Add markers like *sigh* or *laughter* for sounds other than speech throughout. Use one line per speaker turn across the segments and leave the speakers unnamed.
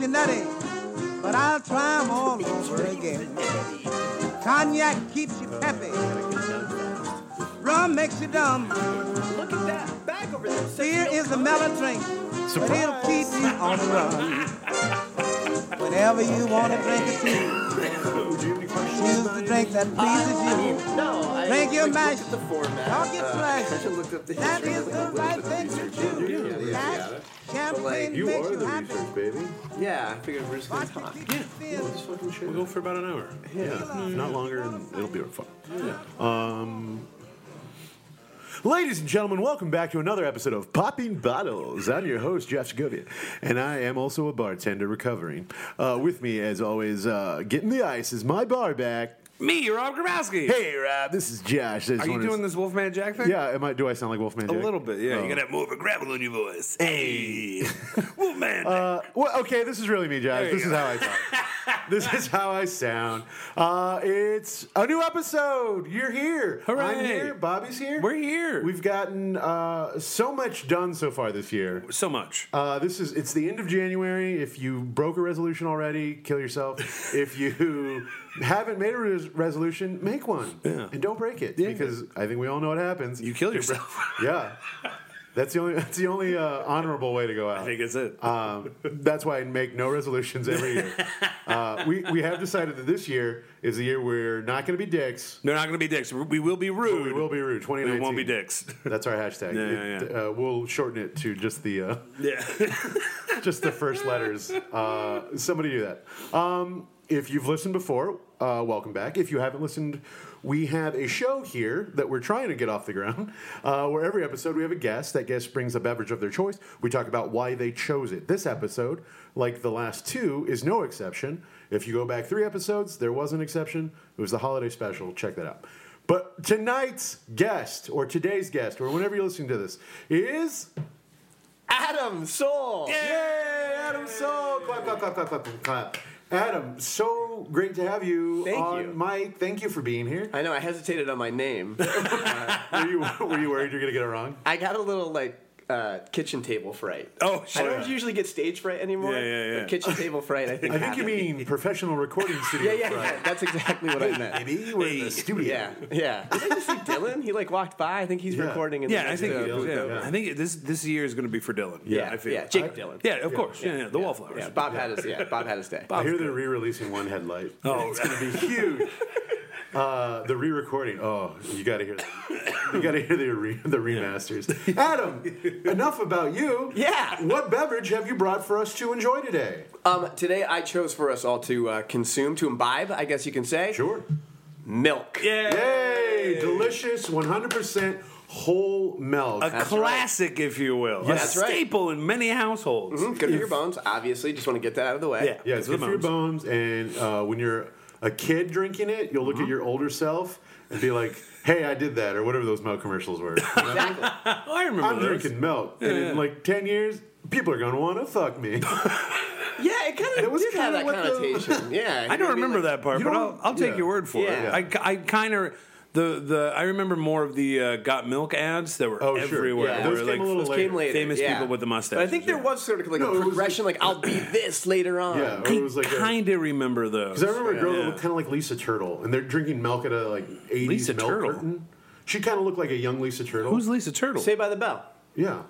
you nutty, but I'll try 'em all over again. Cognac keeps you peppy, rum makes you dumb.
Look at that bag over there. Says
Beer
no
is a
color.
mellow drink, but it'll keep you on the run. Whenever you want to drink a tea, choose the drink that pleases
I mean,
you.
no, I
Drink your
like,
mash.
Look at the format.
Don't get
Uh,
flashy.
*laughs* I should look up the
That
history
is
of
the
what-
right
what
thing to
research
do.
is. Yeah, yeah,
Mash,
yeah.
champagne
You
makes
are
you
the
happy.
research, baby.
Yeah, I figured we're just gonna
Watch
talk.
it keep you thin.
Just fucking shit.
We'll go for about an hour. Yeah, if not longer, and it'll be fun. Yeah. Um, ladies and gentlemen, welcome back to another episode of Popping Bottles. I'm your host Jeff Segovia, and I am also a bartender recovering. Uh, with me, as always, uh, getting the ice is my bar back.
Me, Rob Grabowski.
Hey, Rob, this is Josh.
Are you doing this Wolfman Jack thing?
Yeah, am I? Do I sound like Wolfman?
A
Jack?
little bit, yeah.
Uh,
Oh.
You gotta have more of a gravel on your voice. Hey,
*laughs*
Wolfman.
Uh, well, okay, this is really me, Josh.
There you
This is
go.
how I talk. this is how I sound. Uh, it's a new episode. You're here. I'm
Hooray.
here. Bobby's here.
We're here.
We've gotten uh, so much done so far this year.
so much.
Uh, this is it's the end of January. If you broke a resolution already, kill
*laughs*
yourself. if you haven't made a res- resolution, make one
Yeah.
and don't break it because I think we all know what happens.
you kill yourself.
*laughs* yeah. That's the only. That's the only uh, honorable way to go out.
I think that's it.
uh,
Um, that's why I make no resolutions every
*laughs*
year. Uh, we, we have decided that this year is the year we're not going to be dicks.
They're not gonna be dicks. We will be rude.
but We will be rude. Twenty
We
nineteen.
won't be dicks.
That's our hashtag.
Yeah,
It- Uh, we'll shorten it to just the uh,
yeah. *laughs*
just the first letters. Uh, somebody do that. Um, if you've listened before, uh, welcome back. If you haven't listened, we have a show here that we're trying to get off the ground. *laughs* Uh, where every episode we have a guest. That guest brings a beverage of their choice. We talk about why they chose it. This episode, like the last two, is no exception. If you go back three episodes, there was an exception. It was the holiday special. Check that out. But tonight's guest, or today's guest, or whenever you're listening to this, is
Adam Soul.
Yay, Adam So clap, clap, clap, clap, clap, clap, clap. Adam, so great to have you
Thank
on
you.
Mike. Thank you for being *laughs* here.
I know. I hesitated on
*laughs*
my name.
Uh, Were you were you worried you're gonna get it wrong?
I got a little like uh, kitchen table fright.
Oh,
I
sure.
don't usually get stage fright anymore.
Yeah, yeah, yeah.
But kitchen table fright. I think.
I think you
happened.
mean professional recording studio.
*laughs* Yeah, yeah,
fright.
yeah. That's exactly what I meant.
Maybe we're in the studio.
Yeah, yeah. Did I just see Dylan? He like walked by. I think he's
Yeah.
recording. In the
Yeah, I
next
think.
room.
Yeah,
Yeah.
I think this this year is gonna be for Dylan.
Yeah,
I feel.
yeah. Jake Dylan.
Yeah, of course. Yeah, yeah. The Wallflowers.
Yeah, Bob had his. Yeah, Bob had his day.
I hear they're re-releasing one headlight. *laughs*
Oh,
huge. Uh, the re-recording. Oh, you got to hear. That. You got to hear the re- the remasters. *laughs* Adam, enough about you.
Yeah.
What beverage have you brought for us to enjoy today?
Um, today I chose for us all to uh, consume, to imbibe, I guess you can say,
Sure.
milk.
yeah.
Yay! Delicious, 100% whole milk.
A classic, if you will. a
That's right.
staple in many households.
Mm,
Mm-hmm.
Good for your bones, obviously. Just want to get that out of the way.
Yeah.
yeah, it's
Good
good
for
for your bones. And uh, when you're a kid drinking it, you'll look
Mm-hmm.
at your older self and be like, hey, I did that, or whatever those milk commercials
*laughs*
were. You know?
Exactly.
Oh, I remember
I'm
those.
drinking milk. And in like 10 years, people are going to want to fuck
*laughs*
me. *laughs* you
yeah, it kind
It
of
was
did have
kinda
that
what the-
connotation. yeah.
I don't remember that part,
you
but I'll,
don't-
I'll take
yeah.
your word for
Yeah.
it. I, I kind of the the I remember more of the uh, got milk ads that were
Oh, sure.
everywhere.
Yeah.
They
Those
were,
came a little
Those
later.
came later.
Famous
yeah.
people with the mustaches,
But I think there
yeah.
was sort of like
No, it
a
was-
progression, like, I'll be this later on.
Yeah, or it was like a.
kind of remember those.
Because I remember a girl that
Yeah.
looked kind of like Lisa Turtle, and they're drinking milk at a like 80s
Lisa
milk
Turtle?
curtain. She kind of looked like a young Lisa Turtle.
Who's Lisa Turtle?
Say by the Bell.
yeah.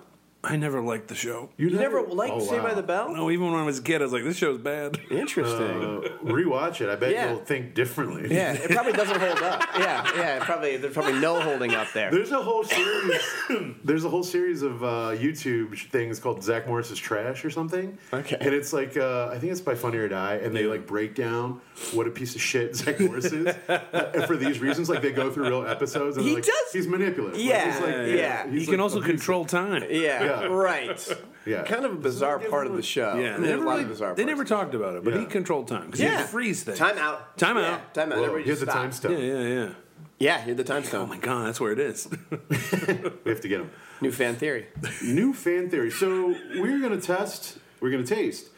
I never liked the show.
You never liked
Oh,
Say by
wow.
the Bell?
No, even when I was a kid, I was like, this show's bad.
Interesting.
Uh, rewatch it. I bet
Yeah.
you'll think differently.
*laughs* yeah, it probably doesn't hold up. Yeah, yeah, it probably there's probably no holding up there.
There's a whole series.
*laughs*
there's a whole series of uh, YouTube sh- things called Zach Morris's Trash or something.
Okay.
And it's like uh, I think it's by Funny or Die, and they like break down what a piece of shit Zach Morris
*laughs*
is uh, for these reasons. Like they go through real episodes. And
He
they're like,
does-
He's manipulative. Like,
Yeah,
he's like-
yeah, yeah.
he's
you can
like
also
abusive.
control time.
Yeah,
Yeah.
right.
Yeah.
Kind of a bizarre part of the show.
Yeah,
I mean,
they,
there's
never,
a lot
really,
of bizarre
they
parts.
never talked about it, but
Yeah.
he controlled time because he
yeah.
had to freeze things.
Time out.
Time
Yeah,
out.
time out.
Whoa,
Everybody
here's
just
the
stop.
time stone.
Yeah, yeah, yeah.
Yeah, here's the time
Oh
stone.
my god, that's where it
*laughs*
is.
We have to get him.
*laughs*
New fan theory.
New fan theory. So we're gonna test. We're gonna taste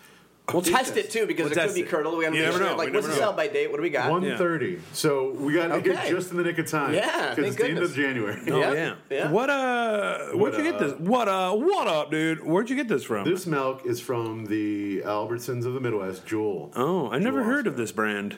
We'll
Jesus.
test it too because
We'll
it could
test
be
it.
curdled. We gotta
You
make
never
sure.
know.
Like,
We
what's the
never know.
sell by date? What do we got?
1.30. So we got it
Uh, Okay.
here just in the nick of time.
Yeah,
Because
thank
it's the end of
goodness.
January.
Oh
Yeah.
yeah.
Yeah.
What uh? Where'd
What
you get
up?
this? What uh? What up, dude? Where'd you get this from?
This milk is from the Albertsons of the Midwest, Jewel.
oh, I never
Jewel
heard of this brand.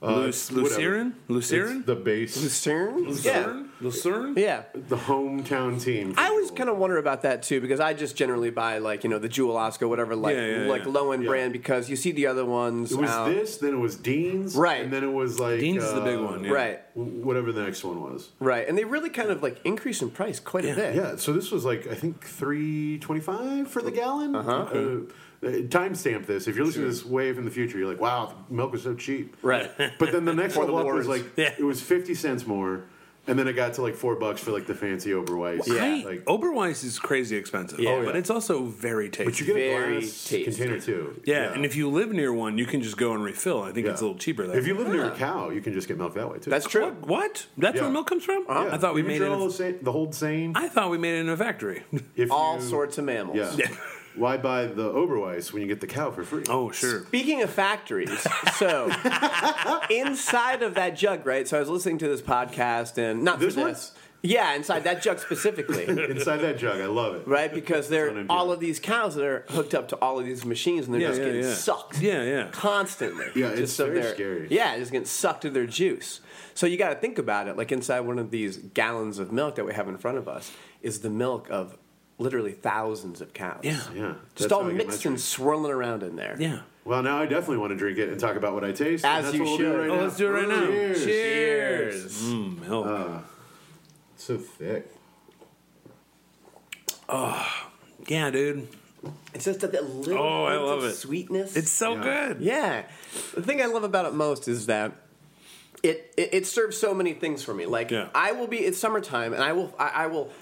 Luc-
Uh, it's whatever.
Lucerne,
It's
Lucerne,
the base,
Lucerne. Yeah.
Lucerne, Lucerne.
Yeah.
the hometown team.
I always kind of wonder about that too because I just generally buy like you know the Jewel Osco whatever like
Yeah, yeah,
like
yeah.
low end
Yeah.
brand because you see the other ones
It was
out.
this, then it was Dean's,
Right.
And then it was like
Dean's is the big
uh,
one, yeah.
right
w- Whatever the next one was.
right and they really kind of like increase in price quite a bit
Yeah, so this was like I think three twenty-five for the gallon. Uh-huh. timestamp this. If you're listening to this way from the future, you're like, "Wow, the milk was so cheap."
right
But then the next
Before the
level up
war
was
ends.
like
Yeah.
it was fifty cents more, and then it got to like four bucks for like the fancy Oberweiss.
I,
like, Oh,
Oberweis is crazy expensive,
Yeah.
but it's also very tasty.
but you get
very
a glass
tasty.
container too.
yeah, and if you live near one, you can just go and refill. I think
Yeah.
it's a little cheaper. That
If you
way.
live near a cow, you can just get milk that way too.
*laughs* that's true
what? what? That's
Yeah.
where milk comes from?
Yeah.
I thought we
Did
made
you
it.
all
in-
say- the whole saying.
I thought we made it in a factory.
If
all
you-
sorts of mammals
Yeah. Why buy the Oberweiss when you get the cow for free?
*laughs* oh sure.
Speaking of factories,
*laughs*
so inside of that jug, right? So I was listening to this podcast and not
This
for
one?
this. Yeah, inside that
*laughs*
jug specifically,
Inside that jug, I love it.
right? Because
on
there are
MTV.
all of these cows that are hooked up to all of these machines and they're
Yeah,
just
yeah,
getting
yeah.
sucked.
Yeah, yeah.
Constantly.
Yeah, it's
of
very
their-
scary.
Yeah, just getting sucked to their juice. So you got to think about it. Like inside one of these gallons of milk that we have in front of us is the milk of literally thousands of cows.
Yeah.
Yeah,
Just
that's
all
how I get my
mixed
drink.
and swirling around in there.
Yeah.
Well, now I definitely want to drink it and talk about what I taste. and
As
that's
you
what we'll
should.
Do right
Oh,
now.
let's do it right now.
Cheers.
Cheers.
Mm, milk.
So thick.
yeah, dude.
It's just that, that little
Oh, I
hint
love
of
it.
sweetness.
It's so
Yeah.
good.
yeah. The thing I love about it most is that it it, it serves so many things for me. Like
Yeah.
I will be it's summertime and I will I, I will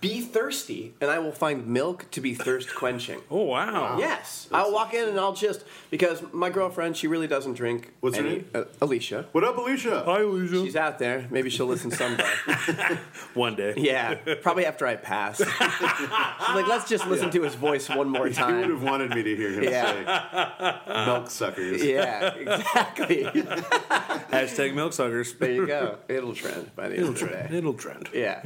be thirsty and I will find milk to be thirst quenching.
Oh wow.
Yes, I'll walk in and I'll just because my girlfriend she really doesn't drink.
What's her
any-
name?
Uh, Alicia.
What up, Alicia?
Hi, Alicia.
She's out there. Maybe she'll listen someday.
One day.
yeah, probably after I pass. She's like, let's just listen to his voice one more
He would *laughs*
time.
have wanted me to hear him
*laughs* Yeah.
say milk suckers.
Yeah, exactly. *laughs*
Hashtag milk suckers.
There you go. It'll trend by the end of the day.
*laughs* It'll trend.
Yeah.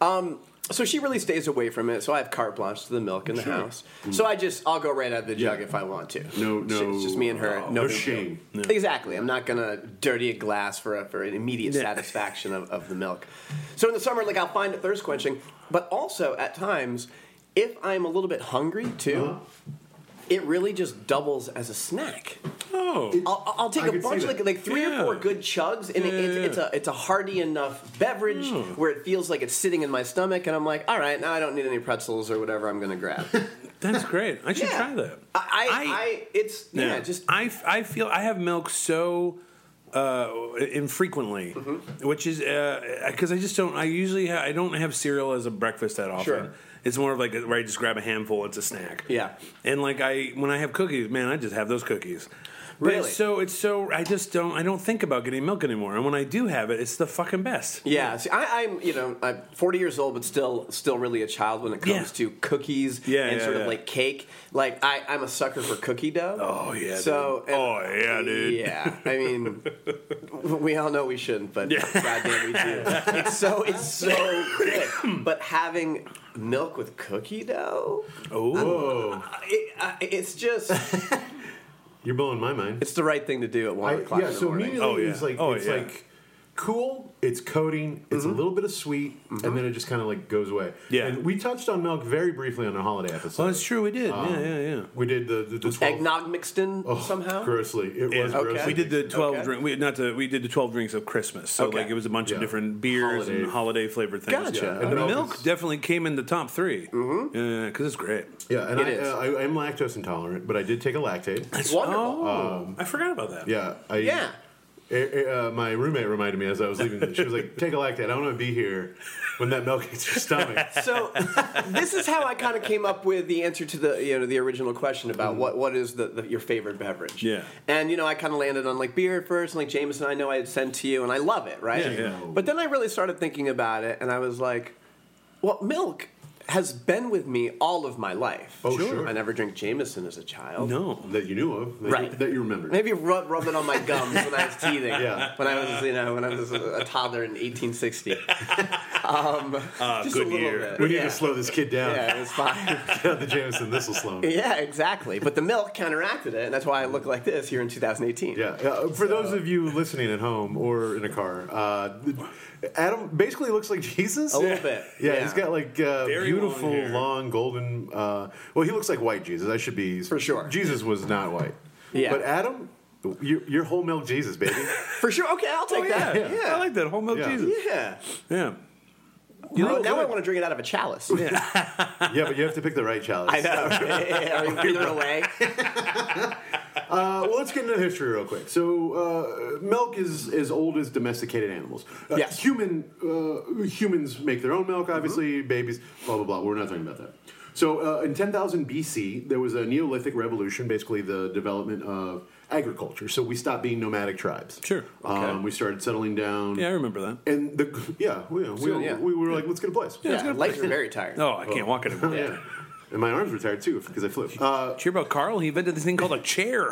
Um, so she really stays away from it. So I have carte blanche to the milk in the house. So I just I'll go right out of the jug
Yeah.
if I want to.
No,
It's
no.
just- just me and her.
uh,
no
no
big deal.
shame.
Exactly. I'm not gonna dirty a glass for a, for an immediate
Yeah.
satisfaction of, of the milk. So in the summer, like I'll find it thirst quenching, but also at times, if I'm a little bit hungry too,
Uh-huh.
it really just doubles as a snack.
Oh.
I'll, I'll take
I
a
could see
bunch,
that.
like like three
Yeah.
or four good chugs, and it,
Yeah,
it's,
yeah,
it's a it's a hearty enough beverage
Hmm.
where it feels like it's sitting in my stomach, and I'm like, all right, now I don't need any pretzels or whatever I'm gonna grab.
That's great. I should *laughs*
Yeah.
try that.
I, I, I it's yeah, just
I, f- I feel I have milk so uh, infrequently,
Mm-hmm.
which is because I just don't. I usually ha- I don't have cereal as a breakfast that often.
Sure.
It's more of like a, where I just grab a handful. It's a snack.
Yeah.
And like I when I have cookies, man, I just have those cookies. But
Really?
It's so it's so I just don't I don't think about getting milk anymore. And when I do have it, it's the fucking best.
Yeah, see, I, I'm you know I'm 40 years old, but still still really a child when it comes
Yeah.
to cookies
Yeah,
and
yeah,
sort
yeah.
of like cake. Like I, I'm a sucker for cookie dough.
Oh, yeah,
So
dude. Oh, yeah, dude.
Yeah, I mean, we all know we shouldn't, but goddamn, we do. It's so it's so good. But having milk with cookie dough, Oh.
Whoa.
it, I, it's just
You're blowing my mind.
it's the right thing to do at one
I,
o'clock
yeah,
in the
so
morning.
immediately
Oh, yeah.
it's like
Oh,
it's
yeah.
like cool, it's coating, it's
Mm-hmm.
a little bit of sweet, and then it just kind of like goes away.
Yeah.
And we touched on milk very briefly on the holiday episode. Um,
Well, that's true. We did.
Oh.
yeah, yeah, yeah.
We did the the, the 12
Eggnog mixed in
oh,
somehow.
Grossly. It was
Okay.
grossly.
We did the twelve
Okay.
drink. We, not the we did the twelve drinks of Christmas. So
Okay.
like it was a bunch
Yeah.
of different beers and
Holiday.
holiday flavored things.
Gotcha. Yeah,
and
the
milk
milk
is-
definitely came in the top 3 Mm-hmm. Yeah, because it's great.
Yeah, and
It
I,
is.
uh, I I am lactose intolerant, but I did take a lactate.
Wonderful.
Oh, I forgot about that.
Um, Yeah, I,
Yeah.
Eh, eh, uh, my roommate reminded me as I was leaving. She was like, "Take a lactate. I don't want to be here when that milk hits your
*laughs*
stomach."
So this is how I kind of came up with the answer to the you know the original question about
Mm.
what what is the, the your favorite beverage?
Yeah.
and you know I kind of landed on like beer at first, and like Jameson I know I had sent to you, and I love it, right?
Yeah, yeah.
But then I really started thinking about it, and I was like, well, milk has been with me all of my life.
Oh, Sure. sure.
I never drank Jameson as a child.
No.
that you knew of, that
Right.
You, that you remembered.
Maybe rub, rub it on my gums when I
*laughs*
was teething.
Yeah.
When I was, you know, when I was a toddler
*laughs*
in 1860. Um, just
good
a little
year.
bit.
Ah, we need
yeah.
to slow this kid down.
Yeah, it was fine.
Get out the Jameson. This will slow him.
*laughs* yeah, exactly. But the milk counteracted it, and that's why I look like this here in 2018.
Yeah. Uh, for those of you listening at home or in a car, uh, Adam basically looks like Jesus.
A little bit.
Yeah, he's got like uh,
Very
beautiful,
long hair.
long, golden. Uh, well, he looks like white Jesus. I should be
For sure.
Jesus was not white.
Yeah.
but Adam, you, you're whole milk Jesus,
*laughs*
baby.
For sure. Okay, I'll take
Oh,
that.
yeah.
Yeah.
I like that whole milk
Yeah.
Jesus.
Yeah.
Yeah. Oh,
You know, now I want to drink it out of a chalice.
yeah, but you have to pick the right chalice.
*laughs* I know.
*laughs*
I mean, either way.
Uh, well, let's get into history real quick. So, uh, milk is as old as domesticated animals. Uh,
Yes.
Human uh, humans make their own milk, obviously.
Mm-hmm.
Babies, blah blah blah. We're not talking about that. So, uh, in 10,000 BC, there was a Neolithic revolution, basically the development of agriculture. So we stopped being nomadic tribes.
Sure.
Um, we started settling down.
Yeah, I remember that.
And the yeah, we, we,
So, yeah.
we were like, let's get a place.
Yeah, legs are very tired.
Oh, I can't walk anymore.
Yeah. And my arms were tired too because I flew. Uh,
Cheer about Carl. He invented this thing called a *laughs* chair.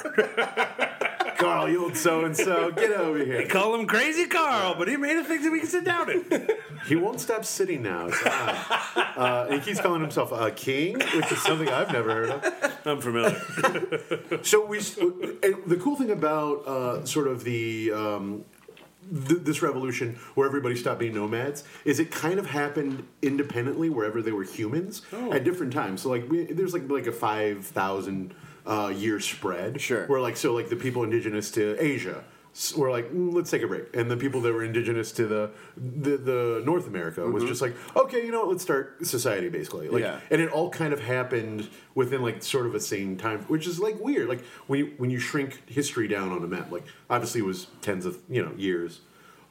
Carl, you old so and so, get over here.
Call him Crazy Carl, but he made a thing that we can sit down *laughs* in.
He won't stop sitting now. It's odd. uh, and he keeps calling himself a king, which is something I've never heard of.
I'm familiar.
So we, and the cool thing about uh, sort of the. Um, th- this revolution, where everybody stopped being nomads, is it kind of happened independently wherever they were humans at different times. So like, we, there's like like a five thousand uh, year spread.
Sure.
Where like so like the people indigenous to Asia s- were like, "Mm, let's take a break, and the people that were indigenous to the the, the North America was just like, okay, you know what, let's start society basically. Like,
Mm-hmm. Yeah.
and it all kind of happened within like sort of a same time, which is like weird. Like when you when you shrink history down on a map, like obviously it was tens of you know years.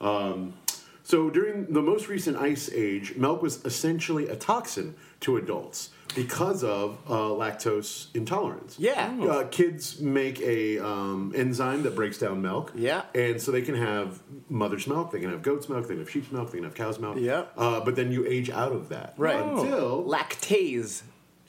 Um, so during the most recent ice age, milk was essentially a toxin to adults because of uh, lactose intolerance.
Yeah.
uh, kids make a um, enzyme that breaks down milk.
Yeah.
and so they can have mother's milk, they can have goat's milk, they can have sheep's milk, they can have cow's milk.
Yeah.
uh, but then you age out of that
Right. Oh,
until
Lactase,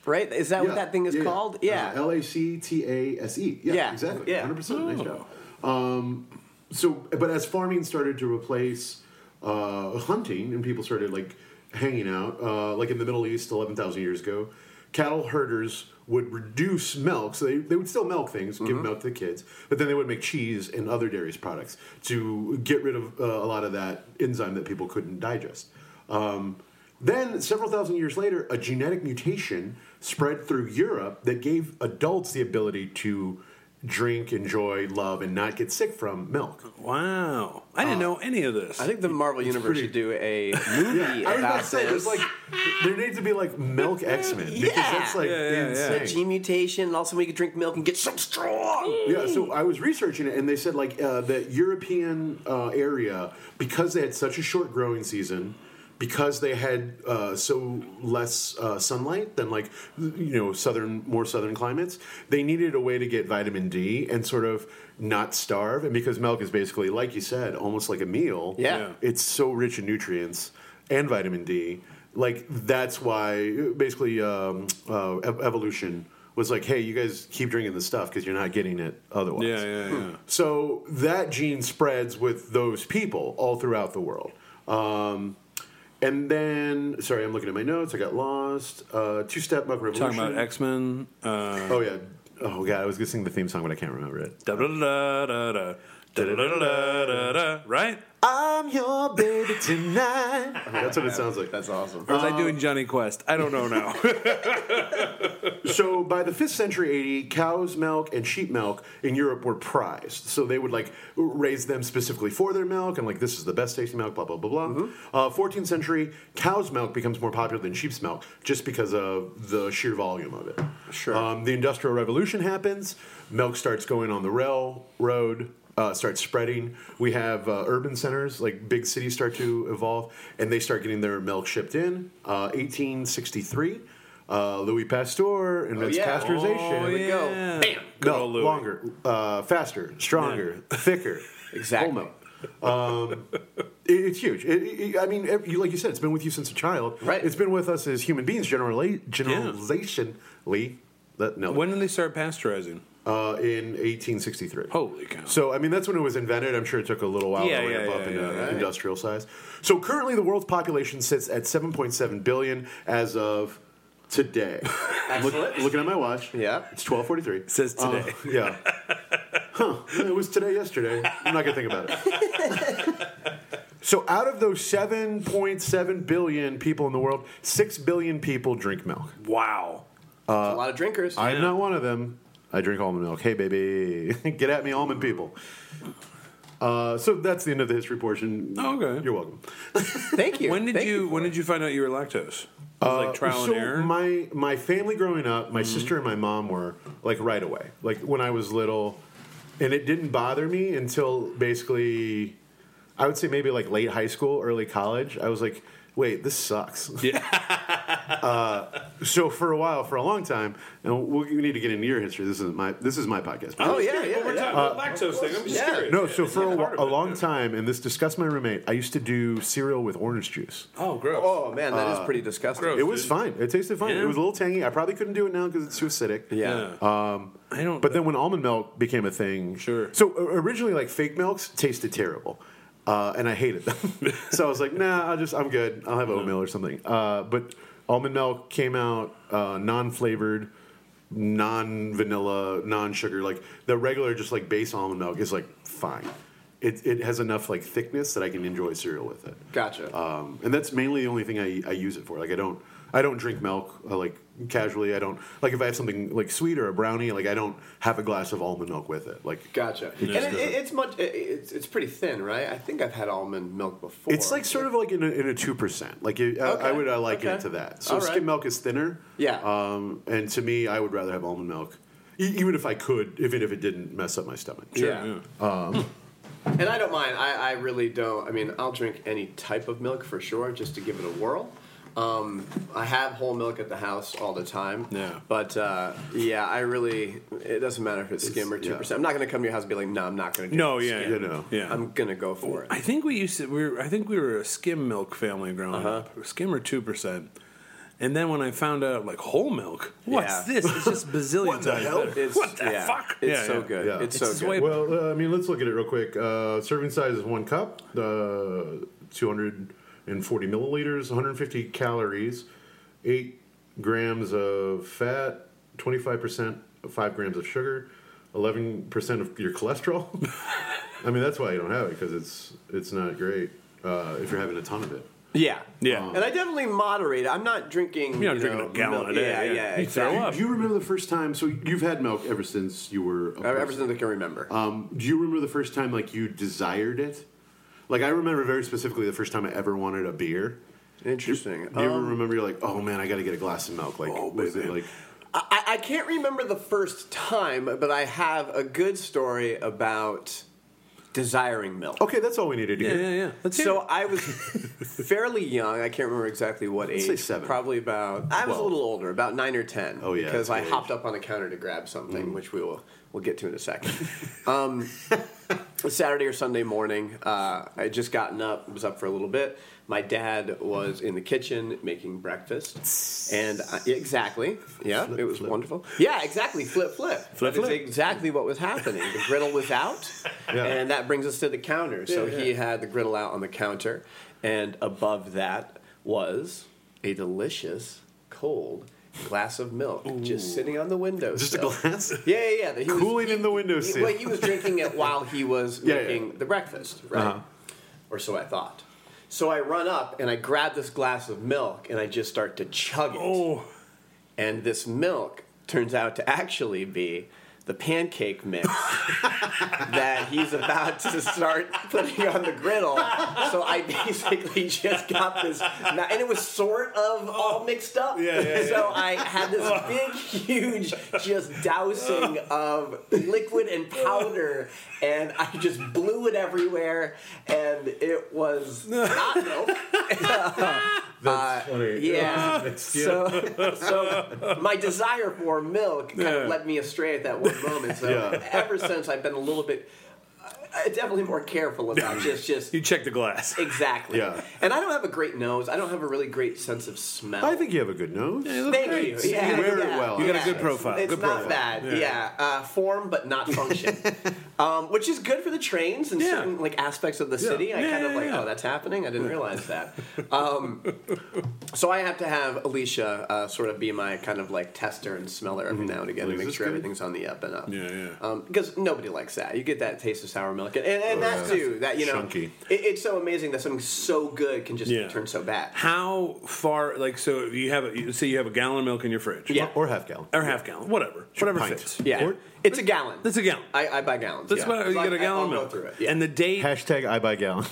right? Is that
yeah,
what that thing is
yeah,
called?
Yeah.
Yeah.
L A C T A S E. Yeah,
Yeah,
exactly.
yeah. Mm.
100%. Nice job. Um, so, but as farming started to replace uh, hunting and people started like hanging out, uh, like in the Middle East 11,000 years ago, cattle herders would reduce milk. So they, they would still milk things,
Mm-hmm.
give milk to the kids, but then they would make cheese and other dairy products to get rid of uh, a lot of that enzyme that people couldn't digest. Um, then, several thousand years later, a genetic mutation spread through Europe that gave adults the ability to drink, enjoy, love, and not get sick
*laughs*
from milk.
Wow. I didn't know any of this.
I think the Marvel Universe
pretty-
should
*laughs*
do a movie
I was about
about
to say,
this.
there's like, there needs to be like milk X Men because
Yeah.
that's like
Yeah, yeah, yeah.
insane.
gene mutation, and also we could drink milk and get so strong.
Yeah, so I was researching it, and they said like uh, that European uh, area because they had such a short growing season, because they had uh, so less uh, sunlight than like you know southern more southern climates, they needed a way to get vitamin D and sort of not starve. And because milk is basically like you said, almost like a meal.
Yeah.
Yeah.
it's so rich in nutrients and vitamin D. Like that's why basically um, uh, ev- evolution was like, hey, you guys keep drinking this stuff because you're not getting it otherwise.
yeah, yeah, yeah.
So that gene spreads with those people all throughout the world. Um, and then, sorry, I'm looking at my notes. I got lost. Uh, Two step milk revolution.
Talking about X Men. Uh,
Oh yeah. Oh god, I was gonna sing the theme song, but I can't remember it.
da da da da da da da da da da. Right?
I'm your baby tonight. *laughs* That's what it sounds like.
That's awesome.
Or was I doing Johnny Quest? I don't know now.
So by the 5th century AD, cow's milk and sheep milk in Europe were prized. So they would like raise them specifically for their milk and like this is the best tasting milk, blah blah blah blah. Uh, 14th century, cow's milk becomes more popular than sheep's milk just because of the sheer volume of it.
Sure.
Um, the Industrial Revolution happens. Milk starts going on the railroad. Uh, starts spreading. We have uh, urban centers, like big cities, start to evolve, and they start getting their milk shipped in. Uh, 1863, uh, Louis Pasteur invents
yeah.
pasteurization.
Oh,
Like,
yeah.
go. Bam.
Good
no,
old Louis. *laughs*
longer, uh, faster, stronger, thicker.
Exactly.
Whole milk. It- it's huge. It, it- I mean, ev- you, like you said, it's been with you since a child.
Right.
It's been with us as human beings, generally, generalizationly. That, no.
When did they start pasteurizing?
uh, in 1863.
Holy cow.
So, I mean, that's when it was invented. I'm sure it took a little while
Yeah,
to ramp
yeah,
up
yeah,
into
yeah, right.
uh, industrial size. So, currently, the world's population sits at 7.7 billion as of today. Look-
Excellent.
looking at my watch.
Yeah.
It's 1243.
says today.
Uh, yeah. Huh. It was today, yesterday. I'm not going to think about it. so, out of those 7.7 billion people in the world, 6 billion people drink milk.
wow.
a lot of drinkers.
I'm not one of them. I drink almond milk. Hey, baby. *laughs* Get at me, almond people. Uh, so that's the end of the history portion.
Oh, okay.
You're welcome.
Thank you.
When did
Thank
you, When did you find out you were lactose? It was like trial
so
and error. Mm-hmm.
My, my family growing up, my sister and my mom were like right away, like when I was little. And it didn't bother me until basically, I would say maybe like late high school, early college. I was like, wait,
*laughs*
this sucks.
Yeah.
uh, so for a while, for a long time, and we'll, we need to get into your history. This is my this is my podcast.
oh yeah, yeah. yeah.
about lactose thing. I'm just
yeah.
*laughs*
curious.
No, so for a, wh- a long time, and this discussed my roommate. I used to do cereal with orange juice.
Oh, gross.
Oh man, that
Uh,
is pretty disgusting.
gross.
It was fine. It tasted fine.
Yeah.
It was a little tangy. I probably couldn't do it now because it's too acidic.
Yeah.
Um, I don't.
But then when almond milk became a thing,
Sure.
So o- originally, like fake milks tasted terrible, uh, and I hated them. *laughs* so I was like, nah, I'll just I'm good. I'll have oatmeal or something. Uh, but almond milk came out uh, non-flavored, non-vanilla, non-sugar. Like the regular, just like base almond milk is like fine. It, it has enough like thickness that I can enjoy cereal with it.
Gotcha.
Um, and that's mainly the only thing I, I use it for. Like I don't I don't drink milk uh, like casually. I don't like if I have something like sweet or a brownie. Like I don't have a glass of almond milk with it. Like
Gotcha. And it, it, it's much. It, it's it's pretty thin, right? I think I've had almond milk before.
it's like sort of like in a, in a two percent. Like it,
Okay.
I, I would I liken
Okay.
it to that. So
All right.
skim milk is thinner.
Yeah.
Um, and to me, I would rather have almond milk, e- even if I could, even if it didn't mess up my stomach.
yeah. And I don't mind. I, I really don't. I mean, I'll drink any type of milk for sure, just to give it a whirl. Um, I have whole milk at the house all the time.
Yeah.
But uh, yeah, I really. It doesn't matter if it's skim or
It's-
two
yeah.
percent. I'm not going to come to your house and be like, no, I'm not going to. do
No,
this.
yeah,
You know.
yeah.
I'm going to go for it.
I think we used to. We were, I think we were a skim milk family growing
Uh-huh.
up. Skim or two percent. And then when I found out, like whole milk, what's
Yeah.
this? It's *laughs* just bazillion
What the
times
hell?
better. *laughs*
It's,
what the
yeah,
fuck?
It's
Yeah,
so
yeah.
good.
Yeah.
It's,
It's
so
just
good. *laughs*
way-
Well, uh, I mean, let's look at it real quick. Uh, serving size is one cup, uh, 240 milliliters, 150 calories, 8 grams of fat, 25%, 5 grams of sugar, 11% of your cholesterol. I mean, that's why you don't have it, because it's, it's not great uh, if you're having a ton of it.
Yeah,
Yeah.
And I definitely moderate. I'm not drinking.
Oh. You're not
you
drinking
know,
a gallon
milk.
a day,
Yeah,
yeah.
yeah.
You'd throw
exactly.
up.
Do you remember the first time? So you've had milk ever since you were a
Ever
person.
since I can remember.
Um, do you remember the first time like you desired it? Like I remember very specifically the first time I ever wanted a beer.
Interesting.
Do you ever
Um,
remember you're like, oh man, I got to get a glass of milk? Like, was it like?
I, I can't remember the first time, but I have a good story about desiring milk.
Okay, that's all we needed to
Yeah,
hear.
yeah, yeah. Let's hear
So
it.
I was fairly young. I can't remember exactly what age.
say seven.
Probably about. I was a
Twelve.
little older, about nine or ten.
Oh, yeah, Mm.
because
that's
I
good
hopped up on the counter to grab something, which we will we'll get to in
*laughs*
a second. um, Saturday or Sunday morning, uh, I had just gotten up, was up for a little bit. My dad was in the kitchen making breakfast, and I, exactly, yeah, it was
flip.
wonderful. Yeah, exactly, flip, flip,
Flip,
That is
flip.
Exactly what was happening. The griddle was out,
*laughs* Yeah.
and that brings us to the counter. So
Yeah,
he
yeah.
had the griddle out on the counter, and above that was a delicious cold glass of milk just sitting on the window.
Just a glass.
Yeah, yeah, yeah. that he was-
Cooling in the window
he-
seat.
Well, he was
*laughs*
drinking it while he was
Yeah, yeah.
making the breakfast, right?
Uh-huh.
Or so I thought. So I run up and I grab this glass of milk and I just start to chug it.
oh,
And this milk turns out to actually be the
*laughs*
pancake mix that he's about to start putting on the griddle. So I basically just got this, and it was sort of all mixed up.
Yeah, yeah, yeah.
So I had this
*laughs*
big, huge, just dousing of liquid and powder, and I just blew it everywhere, and it was
*laughs*
not milk.
That's funny.
Yeah. *laughs* So,
*laughs*
so my desire for milk kind
Yeah.
of led me astray at that one moment. So
Yeah.
ever since I've been a little bit. uh, definitely more careful
*laughs*
about just just
You check the glass.
exactly.
Yeah.
And I don't have a great nose. I don't have a really great sense of
*laughs*
smell.
I think you have a good nose.
Thank you.
You
Yeah,
wear
yeah.
it well.
You got a good
Yeah.
profile.
It's
Good
not
profile.
bad. Yeah, Uh, form but not
*laughs*
function, um, which is good for the trains and
Yeah.
certain like aspects of the city. I
Yeah,
kind of
yeah,
like,
yeah.
oh, that's happening. I didn't realize that.
*laughs*
Um, so I have to have Alicia uh, sort of be my kind of like tester and smeller every
Mm-hmm.
now and again to make
Alicia's
sure
good.
everything's on the up and up.
Yeah, yeah.
Because nobody likes that. You get that taste of sour milk, and, and, and
Oh,
that
yeah.
too. That you know,
Chunky.
It, it's so amazing that something so good can just
Yeah.
turn so bad.
How far? Like, so you have a, you- say you have a gallon of milk in your fridge.
Yeah.
*laughs* Or half gallon.
Or half gallon, whatever, whatever
pint.
fits.
Yeah,
Or-
it's a gallon.
That's a gallon.
I, I buy gallons.
That's
yeah.
what you
So I-
get a
I-
gallon of
I'll go
milk.
through it, yeah.
And the date
Hashtag I buy *laughs* gallon.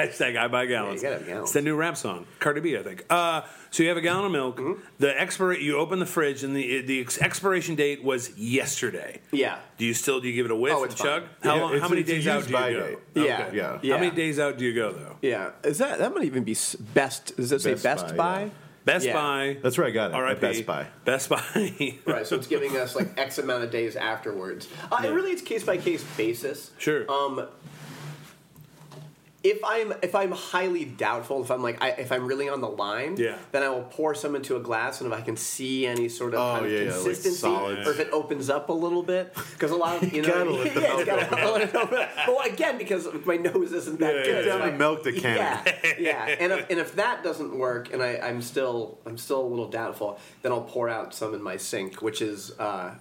hashtag I buy gallons.
Yeah, you gotta have gallons.
It's the new rap song, Cardi B, I think. Uh, so you have a gallon of milk.
Mm-hmm.
The expir- you open the fridge, and the the ex- expiration date was yesterday.
Yeah.
Do you still do you give it a whiff
Oh,
and
it's
chug?
fine.
How
Yeah,
long?
it's-
How many
it's a
days out
used
do you
by
go?
date.
Yeah.
Yeah.
Yeah.
How many days out do you go though?
Yeah, is that that might even be s- best? Does that say
Best Buy,
Best, Buy?
yeah.
Best
Yeah.
Buy.
That's where I got it.
R.I.P.
At Best Buy.
Best
*laughs*
Buy.
Right, so it's giving us like X amount of days afterwards. Uh, It really it's case by case basis.
Sure.
Um, if I'm if I'm highly doubtful, if I'm like I, if I'm really on the line,
Yeah.
then I will pour some into a glass, and if I can see any sort of,
Oh,
kind of
yeah, yeah, like
consistency,
solids.
or if it opens up a little bit, because a lot of you know,
gotta let the
*laughs* yeah, it's gotta let it open up. Well, again, because my nose isn't that
Yeah,
good,
yeah,
so
yeah.
I-
Down to milk the can.
Yeah,
*laughs*
yeah, and if, and if that doesn't work, and I, I'm still I'm still a little doubtful, then I'll pour out some in my sink, which is uh,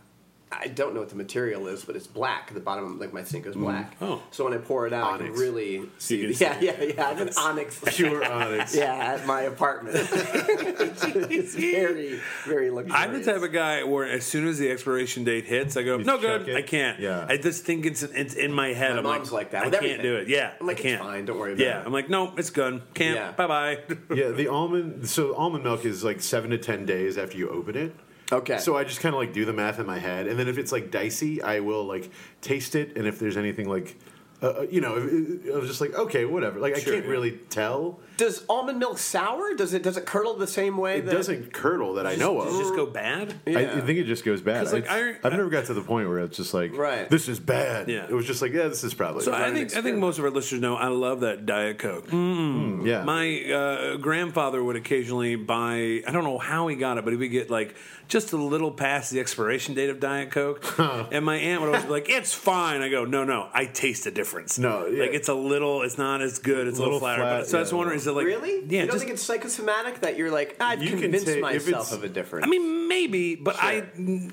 I don't know what the material is, but it's black. The bottom of like my sink is black.
Oh.
so when I pour it out, I can
Mm. Onyx.
really see.
can
the-
see
yeah, yeah, yeah. It's an onyx.
Pure onyx.
*laughs* Yeah, at
*laughs*
my apartment. it's very, very luxurious.
I'm the type of guy where as soon as the expiration date hits, I go, no
check
good,
it?
I can't.
Yeah.
I just think it's it's in my head.
My
I'm
mom's like that
I
with
can't
everything.
do it. Yeah,
I'm like,
I
it's
can't.
fine, don't worry about
yeah,
it.
I'm like, no, it's gone. Can't.
Yeah.
Bye bye.
*laughs*
Yeah, the almond. So almond milk is like seven to ten days after you open it.
Okay.
So I just kind of like do the math in my head, and then if it's like dicey, I will like taste it, and if there's anything like, uh, uh, you know, if- if- I'm just like okay, whatever. Like
Sure,
I can't
yeah.
really tell.
Does almond milk sour? Does it does it curdle the same way?
It
that
doesn't curdle that I know
Does it
of.
just go bad?
I,
Yeah.
I think it just goes bad.
'Cause, like,
It's-
I-
I've never got to the point where it's just like,
Right.
this is bad.
Yeah.
It was just like, yeah, this is probably.
So I think I
an
think
experiment.
most of our listeners know I love that Diet Coke.
Mm.
yeah.
My uh, grandfather would occasionally buy, I don't know how he got it, but he would get like just a little past the expiration date of Diet
*laughs*
Coke. And my aunt would always be like, it's fine. I go, no, no, I taste a difference.
No, yeah.
Like it's a little, it's not as good, it's a little,
Little
flatter.
flat,
but, so I was
yeah.
wondering, is it like.
really?
Yeah.
You don't
just-
think it's psychosomatic that you're like I've
You can
convinced
take- if
myself
it's-
of a difference.
I mean, maybe, but I,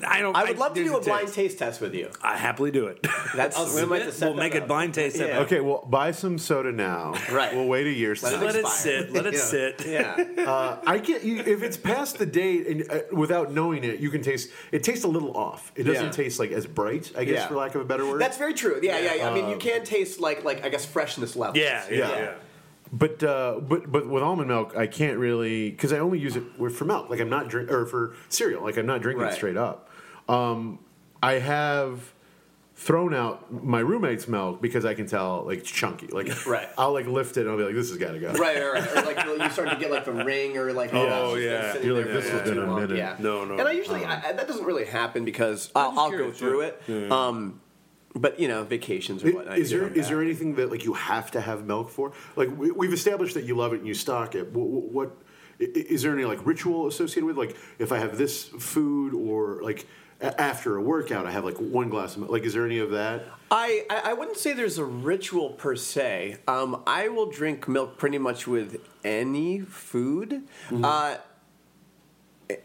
I don't.
I would love to
there's
do a blind
taste.
taste
*laughs*
test with you.
I happily do it. *laughs*
That's
I'll
we might have to
submit,
set
we'll
that
make
up.
it blind taste. set
Yeah.
up.
okay, well, buy some soda now.
Right.
We'll wait a year's
Let it
time.
Let it
Expire.
sit. Let it
Yeah.
sit.
*laughs* Yeah.
Uh, I can't. You, if it's past the date and uh, without knowing it, you can taste. It tastes a little off. It doesn't
Yeah.
taste like as bright. I guess,
Yeah.
for lack of a better word.
*laughs* That's very true. Yeah, yeah. yeah. I mean, you can taste like like I guess freshness levels.
Um, Yeah, yeah,
Yeah.
yeah.
but uh, but but with almond milk, I can't really because I only use it with- for milk. Like I'm not drink or for cereal. Like I'm not drinking
Right.
straight up. Um, I have thrown out my roommate's milk because I can tell like it's chunky. Like
Right.
I'll like lift it and I'll be like, this has got to go.
Right, right, right. Or like you start to get like the ring, or like
Oh,
it's just
yeah.
sitting
You're like,
there
this
for
has
too
been a
long.
minute.
Yeah.
No, no, uh-uh.
And I usually I, I- that doesn't really happen because I'll,
just
I'll go
curious,
through
yeah.
it. Um, but you know, vacations or whatnot.
Is
you
there
know,
is there anything that like you have to have milk for? Like we, we've established that you love it and you stock it. What, what i- is there any like ritual associated with like if I have this food or like a- after a workout I have like one glass of milk? Like is there any of that?
I, I I wouldn't say there's a ritual per se. Um, I will drink milk pretty much with any food.
Mm-hmm.
Uh, it-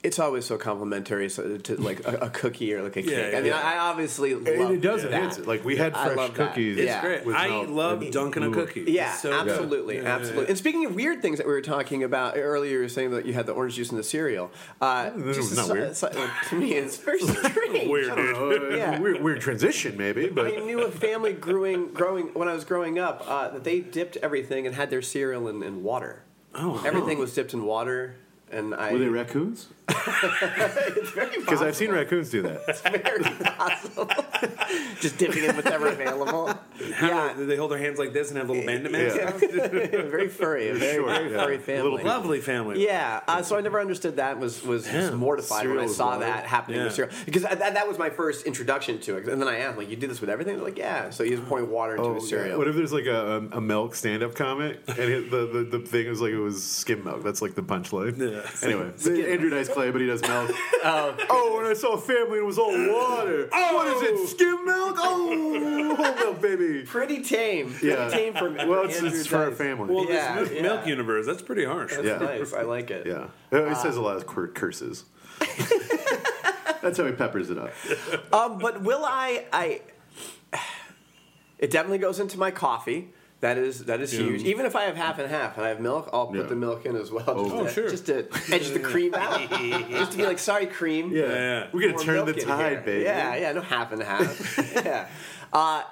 it's always so complimentary so to like a, a cookie or like a cake.
Yeah,
I mean,
yeah.
I, I obviously love
And it does
that.
enhance it. Like we had
I
fresh
love that.
cookies.
It's
Yeah.
great.
with
I
milk.
love dunking a cookie.
Yeah, *laughs*
It's so good.
absolutely,
Yeah, yeah,
absolutely.
yeah.
And speaking of weird things that we were talking about earlier, you were saying that you had the orange juice in the cereal. Uh,
That was
just
not
so-
weird.
so- to me,
*laughs*
it's very strange.
Weird, dude.
Uh,
Yeah.
weird, weird transition maybe, but
I knew a family growing, growing when I was growing up uh, that they dipped everything and had their cereal in, in water.
Oh,
everything was dipped in water, and I. *laughs*
were they raccoons?
Because
*laughs* Because I've seen raccoons do that.
very possible. just dipping in whatever available.
How
Yeah,
do they hold their hands like this and have little bandit mats?
Yeah.
*laughs*
*laughs* very furry, a very,
Sure,
very
yeah.
furry
Little
family.
people.
Lovely family.
Yeah, uh, so I never understood that. Was was just
Yeah.
mortified
Cereal
when I
is
saw
wild.
that happening with
Yeah.
cereal because I, that, that was my first introduction to it. And then I asked, like, you did this with everything? They're like, yeah. So you just pouring water into a cereal.
Oh. What if there's like a, um, a, a milk stand-up comic, and it, the, the the thing was like it was skim milk. That's like the punchline.
Yeah.
*laughs*
Anyway, Andrew Dice Clay, but he does milk. oh, and I saw a family and it was all water.
Oh.
What is it? Skim milk? Oh, whole milk, baby.
*laughs* Pretty tame.
Yeah.
Pretty tame from
Well, it's,
Andrew
it's for a
Dice.
family.
Well,
Yeah,
this milk,
yeah.
milk universe, that's pretty harsh.
That's
Yeah.
nice. I like it.
yeah,
Ah.
Uh, he says a lot of cur- curses. *laughs* That's how he peppers it up.
Um, but will I? I. It definitely goes into my coffee. That is that is
Yeah.
huge. Even if I have half and half and I have milk, I'll put
Yeah.
the milk in as well. Just
Oh,
to,
sure.
Just to edge
*laughs*
the cream out. just to be like, sorry, cream.
Yeah.
we're gonna
More
turn the
milk in here.
tide, baby.
Yeah, yeah, no half
*laughs*
and half. yeah. Uh,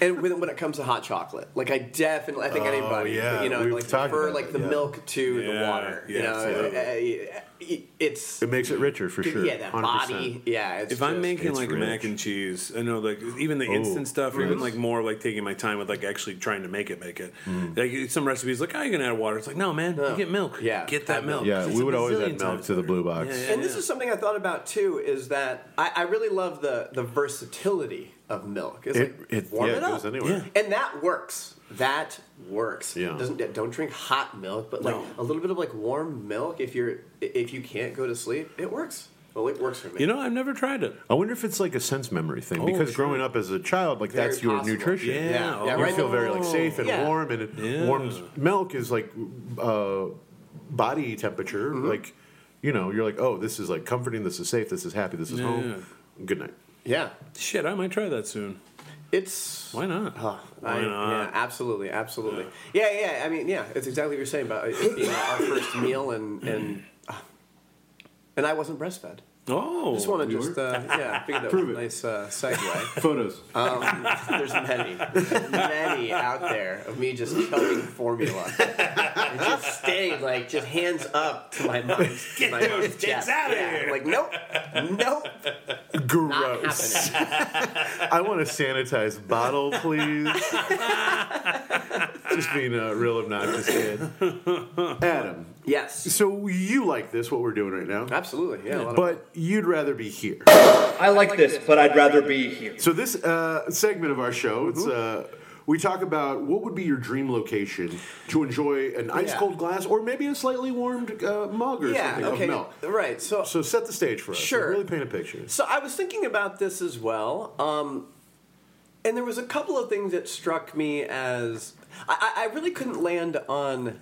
and when, when it comes to hot chocolate, like I definitely, I think
Oh,
anybody,
yeah,
you know,
we've
like
talked
prefer
about
like
that,
the
yeah.
milk to the
Yeah,
water.
yeah,
you know,
absolutely.
I- I- I- it's
It makes it richer for sure.
yeah, that
100%.
body. Yeah, it's
If I'm
just-
making
it's
like mac
rich.
and cheese, I know like even the instant stuff, or even
yes.
like more like taking my time with like actually trying to make it, make it.
Mm.
Like some recipes, like oh, you can add water. It's like no, man,
No.
you get milk.
Yeah.
get that
Add
milk.
milk.
Yeah,
It's
we
a
would always
bazillion
add milk
times
to the
better.
blue box.
Yeah, yeah,
And this
yeah.
is something I thought about too. Is that I, I really love the the versatility of milk. It's
It,
like
it,
warm
yeah,
it
it
up,
goes anywhere.
and that works. That works.
Yeah.
Doesn't yeah, don't drink hot milk, but like
No.
a little bit of like warm milk. If you're if you can't go to sleep, it works. Well, it works for me.
you know, I've never tried it.
I wonder if it's like a sense memory thing because
sure.
growing up as a child, like
Very
that's your
possible.
nutrition.
Yeah.
yeah, yeah,
You
You
right
feel
now-
very like safe and
Yeah.
warm, and
Yeah.
warm milk is like uh, body temperature.
Mm-hmm.
Like you know, you're like, oh, this is like comforting. This is safe. This is happy. This is home. Good night.
Yeah,
Shit, I might try that soon.
it's
Why not?
Huh.
Why
I- Yeah,
not?
absolutely, absolutely. Yeah. yeah, I mean, yeah, it's exactly what you're saying about it being our first meal and and uh, and I wasn't breastfed.
Oh,
Just want to
you
just uh, yeah, figure that was
Prove
a
it.
nice uh,
*laughs*
segue.
Photos.
Um, there's many, there's many out there of me just chugging formula, and just staying like just hands up to my mom's get my
those
mom's
dicks
chest.
outta here.
Like nope, nope, not
Gross.
happening.
I want a sanitized bottle,
*laughs*
please. Just being a real obnoxious kid. Adam,
Yes,
so you like this? What we're doing right now?
absolutely. Yeah, a lot of-
But you'd rather be here.
I like this, but I'd rather be here.
So this uh, segment of our show, it's
Mm-hmm.
uh, we talk about what would be your dream location to enjoy an ice cold glass or maybe a slightly warmed uh, mug or
yeah,
something
okay,
of milk.
right. So
So set the stage for us.
Sure.
Really paint a picture.
So I was thinking about this as well, um, and there was a couple of things that struck me as I, I I really couldn't land on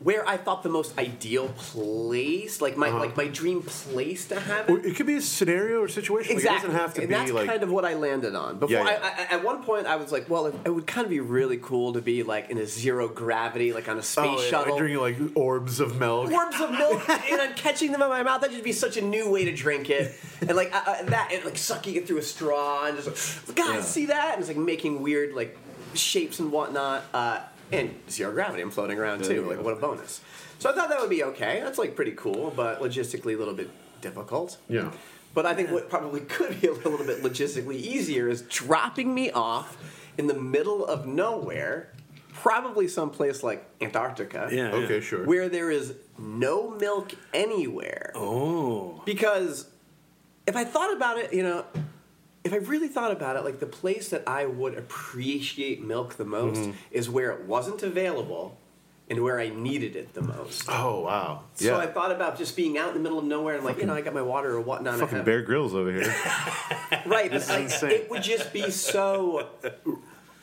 where I thought the most ideal place, like
Uh-huh.
my like my dream place to have it.
Or it could be a scenario or situation. Like,
Exactly,
it doesn't have to
and
be
that's
like
kind of what I landed on. Before,
Yeah, yeah.
I, I, at one point, I was like, "Well, it, it would kind of be really cool to be like in a zero gravity, like on a space
oh, yeah,
shuttle,
drinking like orbs of milk.
worms of milk and I'm catching them in my mouth. That'd just be such a new way to drink it. And like I, I, that, and like sucking it through a straw and just like, God,
Yeah.
see that? And it's like making weird like shapes and whatnot. Uh, and zero gravity. I'm floating around
There you
too. Like
go.
what a bonus. So I thought that would be okay. That's like pretty cool, but logistically a little bit difficult.
Yeah.
But I think what probably could be a little bit logistically easier is dropping me off in the middle of nowhere, probably someplace like Antarctica
yeah.
Okay,
yeah.
sure.
where there is no milk anywhere.
Oh,
Because if I thought about it, you know, if I really thought about it, like the place that I would appreciate milk the most
Mm-hmm.
is where it wasn't available and where I needed it the most.
oh wow.
So
Yeah.
I thought about just being out in the middle of nowhere and like, you know, I got my water or whatnot. I
Fucking
have-
Bear Grylls over
*laughs*
here.
Right, but like,
insane.
it would just be so.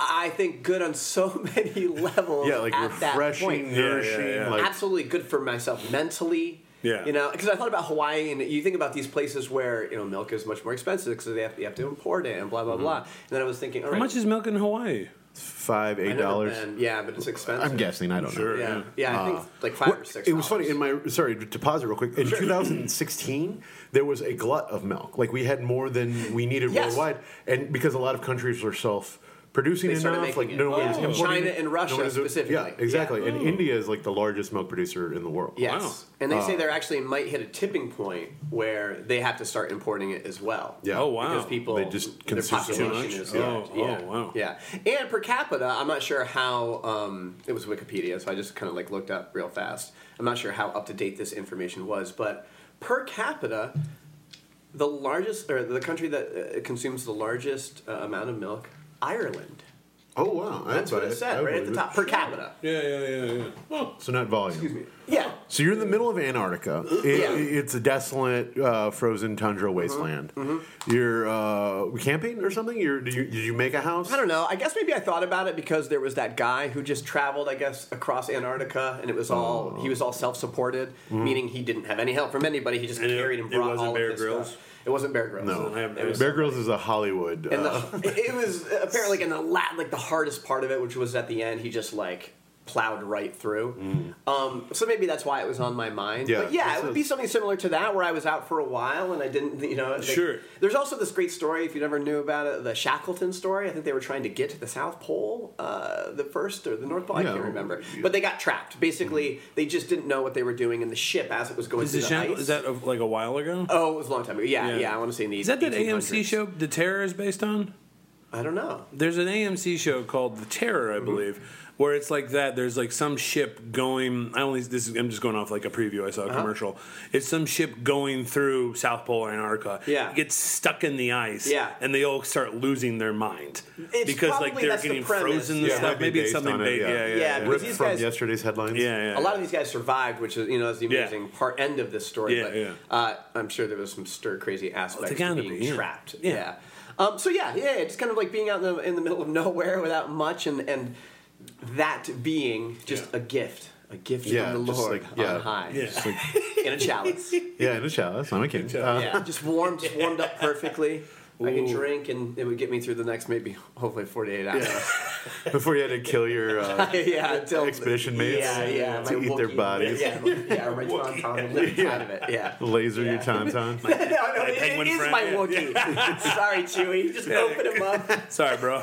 I think good on so *laughs* many levels.
yeah, like
at that point.
refreshing, nourishing.
yeah, yeah.
Like,
absolutely good for myself mentally.
Yeah.
You know, because I thought about Hawaii, and you think about these places where you know milk is much more expensive because they have you have to import it and blah
Mm-hmm.
blah blah. And then I was thinking, all
how
right,
much is milk in Hawaii?
five, eight
I've never
dollars.
been. Yeah, but it's expensive.
I'm guessing. I don't know.
Sure.
Yeah, yeah, I think it's like five
Well,
or six.
It was funny
dollars.
in my sorry to pause it real quick. In 2016, there was a glut of milk. Like we had more than we needed
Yes.
worldwide, and because a lot of countries were self. producing
They started
enough.
making
Like
it.
no one was
Oh.
importing
China
it.
and
No
Russia
one was-
specifically.
Yeah, exactly. And India is like the largest smoke producer in the world.
Yes.
Wow.
And they say
Uh.
they're actually might hit a tipping point where they have to start importing it as well.
Yeah.
Oh, wow.
Because people,
They just
their
consume too
population
much?
is
Oh,
large.
oh,
yeah.
wow.
Yeah. And per capita, I'm not sure how, um, it was Wikipedia, so I just kind of like looked up real fast. I'm not sure how up to date this information was, but per capita, the largest, or the country that uh, consumes the largest uh, amount of milk, Ireland.
Oh wow. I'd
That's what
buy
it
I
said
would
right at the
believe it.
top, per capita.
Yeah, yeah, yeah, yeah.
So not volume.
Yeah.
So you're in the middle of Antarctica. It,
Yeah.
It's a desolate, uh, frozen tundra wasteland.
Mm-hmm.
You're uh, camping or something. You're, did, you, did you make a house?
I don't know. I guess maybe I thought about it because there was that guy who just traveled, I guess, across Antarctica, and it was all he was all self-supported, meaning he didn't have any help from anybody. He just
Mm-hmm. And it-
carried and
it
brought
wasn't
all
Bear
of this
Grylls?
stuff. It wasn't Bear Grylls.
No.
I have-
It was,
Bear Grylls is a Hollywood.
and
uh,
*laughs*
Oh.
the, it was apparently like in the la- like the hardest part of it, which was at the end. He just like plowed right through.
Mm.
Um, so maybe that's why it was on my mind.
Yeah,
but yeah,
this
it would
is-
be something similar to that, where I was out for a while and I didn't, you know. they-
Sure.
There's also this great story if you never knew about it, the Shackleton story. I think they were trying to get to the South Pole, uh, the first or the North Pole. I
Yeah.
can't remember, but they got trapped. Basically, they just didn't know what they were doing, and the ship as it was
Mm.
going
Is,
through
the
the
channel,
ice.
is that of, like a while ago?
Oh, it was a long time ago. Yeah,
Yeah.
yeah. I want to say in the
Is that that AMC
1800s.
show The Terror is based on?
I don't know.
There's an AMC show called The Terror,
Mm-hmm.
I believe, where it's like that. There's like some ship going. I only this is, I'm just going off like a preview. I saw
Uh-huh.
a commercial. It's some ship going through South Pole or Antarctica.
Yeah.
It gets stuck in the ice.
Yeah.
and they all start losing their mind
It's
because like
probably
they're
that's the
getting
premise.
frozen and
Yeah,
stuff.
might be
Maybe it's
based
something
on it,
big.
yeah.
Yeah, yeah,
Yeah,
yeah.
because
ripped
these
from
guys-
yesterday's headlines.
Yeah, yeah.
a lot of these guys survived, which is you know is the
Yeah.
amazing part end of this story.
Yeah,
but
yeah.
Uh, I'm sure there was some stir crazy aspects to
gotta
being
be, yeah.
trapped.
Yeah.
Yeah. Um, so yeah, yeah, it's kind of like being out in the, in the middle of *laughs* nowhere without much, and and that being just
Yeah.
a gift, a gift
Yeah,
from the
just
Lord
like- yeah.
on high,
Yeah.
It's like,
in
*laughs*
a chalice.
yeah, in a chalice. I'm a
*laughs*
king. Uh,
yeah, just warmed, warmed up perfectly. I can drink, and it would get me through the next maybe, hopefully, 48 hours. *laughs*
Before you had to kill your uh,
Yeah, until
Expedition mates
Yeah, yeah,
to
my
eat their
Wookiee.
bodies.
Yeah, yeah,
*laughs*
or my tauntaun, the left side of it. Yeah.
laser, your tauntaun.
*laughs* no, no, it-
penguin
it is
friend,
my
*laughs* yeah.
Wookiee. Sorry, Chewie. Just open him up.
Sorry,
*laughs*
bro.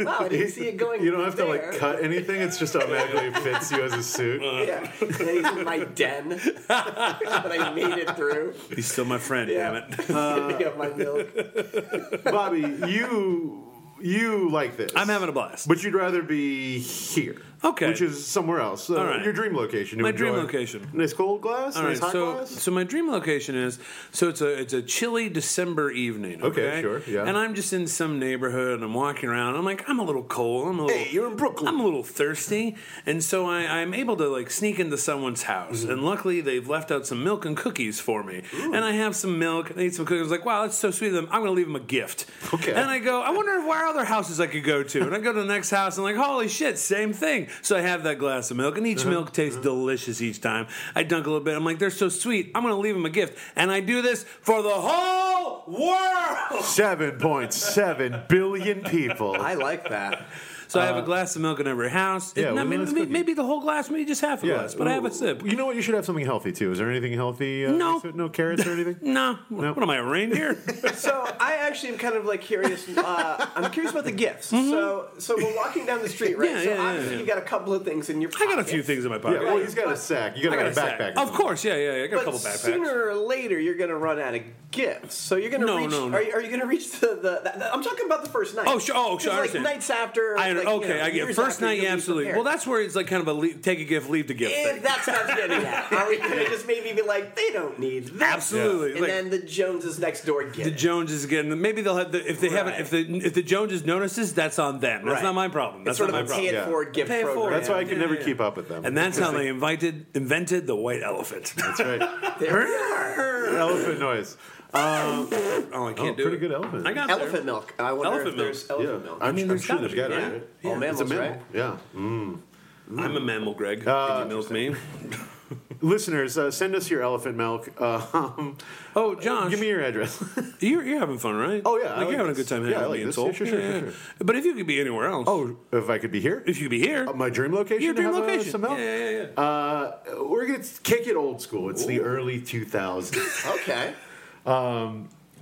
Wow, I didn't see it going.
You don't have to
there. Uh-huh.
like cut anything. It's just automatically fits you as a
*laughs*
suit.
Yeah, And then he's in my den, but I made it through.
He's still my friend.
*laughs* Yeah.
Damn it.
Picking up my milk.
Bobby, you you like this?
I'm having a blast.
But you'd rather be here.
Okay.
Which is somewhere else. So
All right.
Your dream location. to
My dream
enjoy.
location.
Nice cold glass,
All
nice
right,
hot
so
glass.
so my dream location is so it's a it's a chilly December evening. Okay,
Okay, sure, yeah.
And I'm just in some neighborhood and I'm walking around. I'm like, I'm a little cold. I'm a little.
Hey, you're in Brooklyn.
I'm a little thirsty, and so I, I'm able to like sneak into someone's house.
Mm-hmm.
And luckily, they've left out some milk and cookies for me. And I have some milk. and I eat some cookies. I was like, wow, that's so sweet of them. I'm gonna leave them a gift.
Okay.
And I go, I wonder if where other houses I could go to. And I go to the next house and like, holy shit, same thing. So I have that glass of milk, and
Uh-huh.
each milk tastes delicious each time. I dunk a little bit. I'm like, they're so sweet. I'm gonna leave them a gift, and I do this for the whole world.
7.7 billion people.
I like that.
So I have a glass of milk in every house.
Uh, yeah,
It-
well,
I mean,
that's
maybe,
good.
maybe the whole glass, maybe just half a glass, but I have a sip.
You know what? You should have something healthy too. Is there anything healthy? Uh,
No.
No carrots
*laughs*
or anything?
Nah, what am I, a
*laughs*
reindeer?
So I actually am kind of like curious. Uh, I'm curious about the gifts. So, so we're walking down the street, right?
Yeah,
so
yeah, yeah,
obviously
yeah.
you got a couple of things in your.
I
Pocket.
got a few things in my
yeah,
pocket.
well, he's got a sack. You got,
I got
a
a sack.
backpack.
Of course, yeah, yeah, yeah. I got
But
a couple backpacks.
sooner or later, you're going to run out of gifts. So you're going to
No,
reach.
no, no.
Are you, are you going to reach the, the, the, I'm talking about the first night.
Oh, sure. Oh, sure. I
Because, Like
understand.
nights after.
I,
like,
okay,
you know,
I get
years
first
after,
night.
you'll
Yeah,
be
absolutely.
prepared.
Well, that's where it's like kind of a leave, take a gift, leave the
*laughs*
gift
Eh,
thing.
that's what I'm getting
*laughs*
at. Are we going to just maybe be like, they don't need that?
Absolutely.
And
Like-
then the Joneses next door get
The
it.
Joneses again. Maybe they'll have the if they haven't
Right.
if the if the Joneses notices that's on them. That's
Right.
not my problem. That's
It's sort
not
of
my
a pay
problem.
it
Yeah.
forward gift
Pay it
program.
forward.
That's why I
Yeah,
can never
yeah.
keep up with them.
And that's how they invited invented the white elephant. *laughs*
That's right.
There-
elephant noise.
oh, I can't do
Oh, pretty
it.
good elephant.
I got there.
*laughs* Elephant milk. I wonder
Elephant
if
milk.
there's elephant
Yeah.
milk.
I'm,
mean,
I'm
there's
sure
gotta
there's got
be,
it.
yeah.
right?
All
It's a
mammals,
mammal.
right?
Yeah.
I'm a mammal, Greg.
Uh,
Can you milk me?
*laughs* Listeners, uh, send us your elephant milk. *laughs* Uh,
Oh, Josh,
give me your address. *laughs*
you're, you're having fun, right?
Oh, yeah, I
like
like
you're having a
this.
good time
Yeah,
hanging
I
with
like
me in
this.
Seoul.
Yeah, sure, sure, sure,
But if you could be anywhere else,
oh, if I could be here.
if you could be here,
Uh, My dream location.
your
to
dream
have, uh,
location.
some help?
yeah, yeah, yeah.
Uh, we're gonna kick it
*laughs*
old school. It's the early 2000s.
Okay.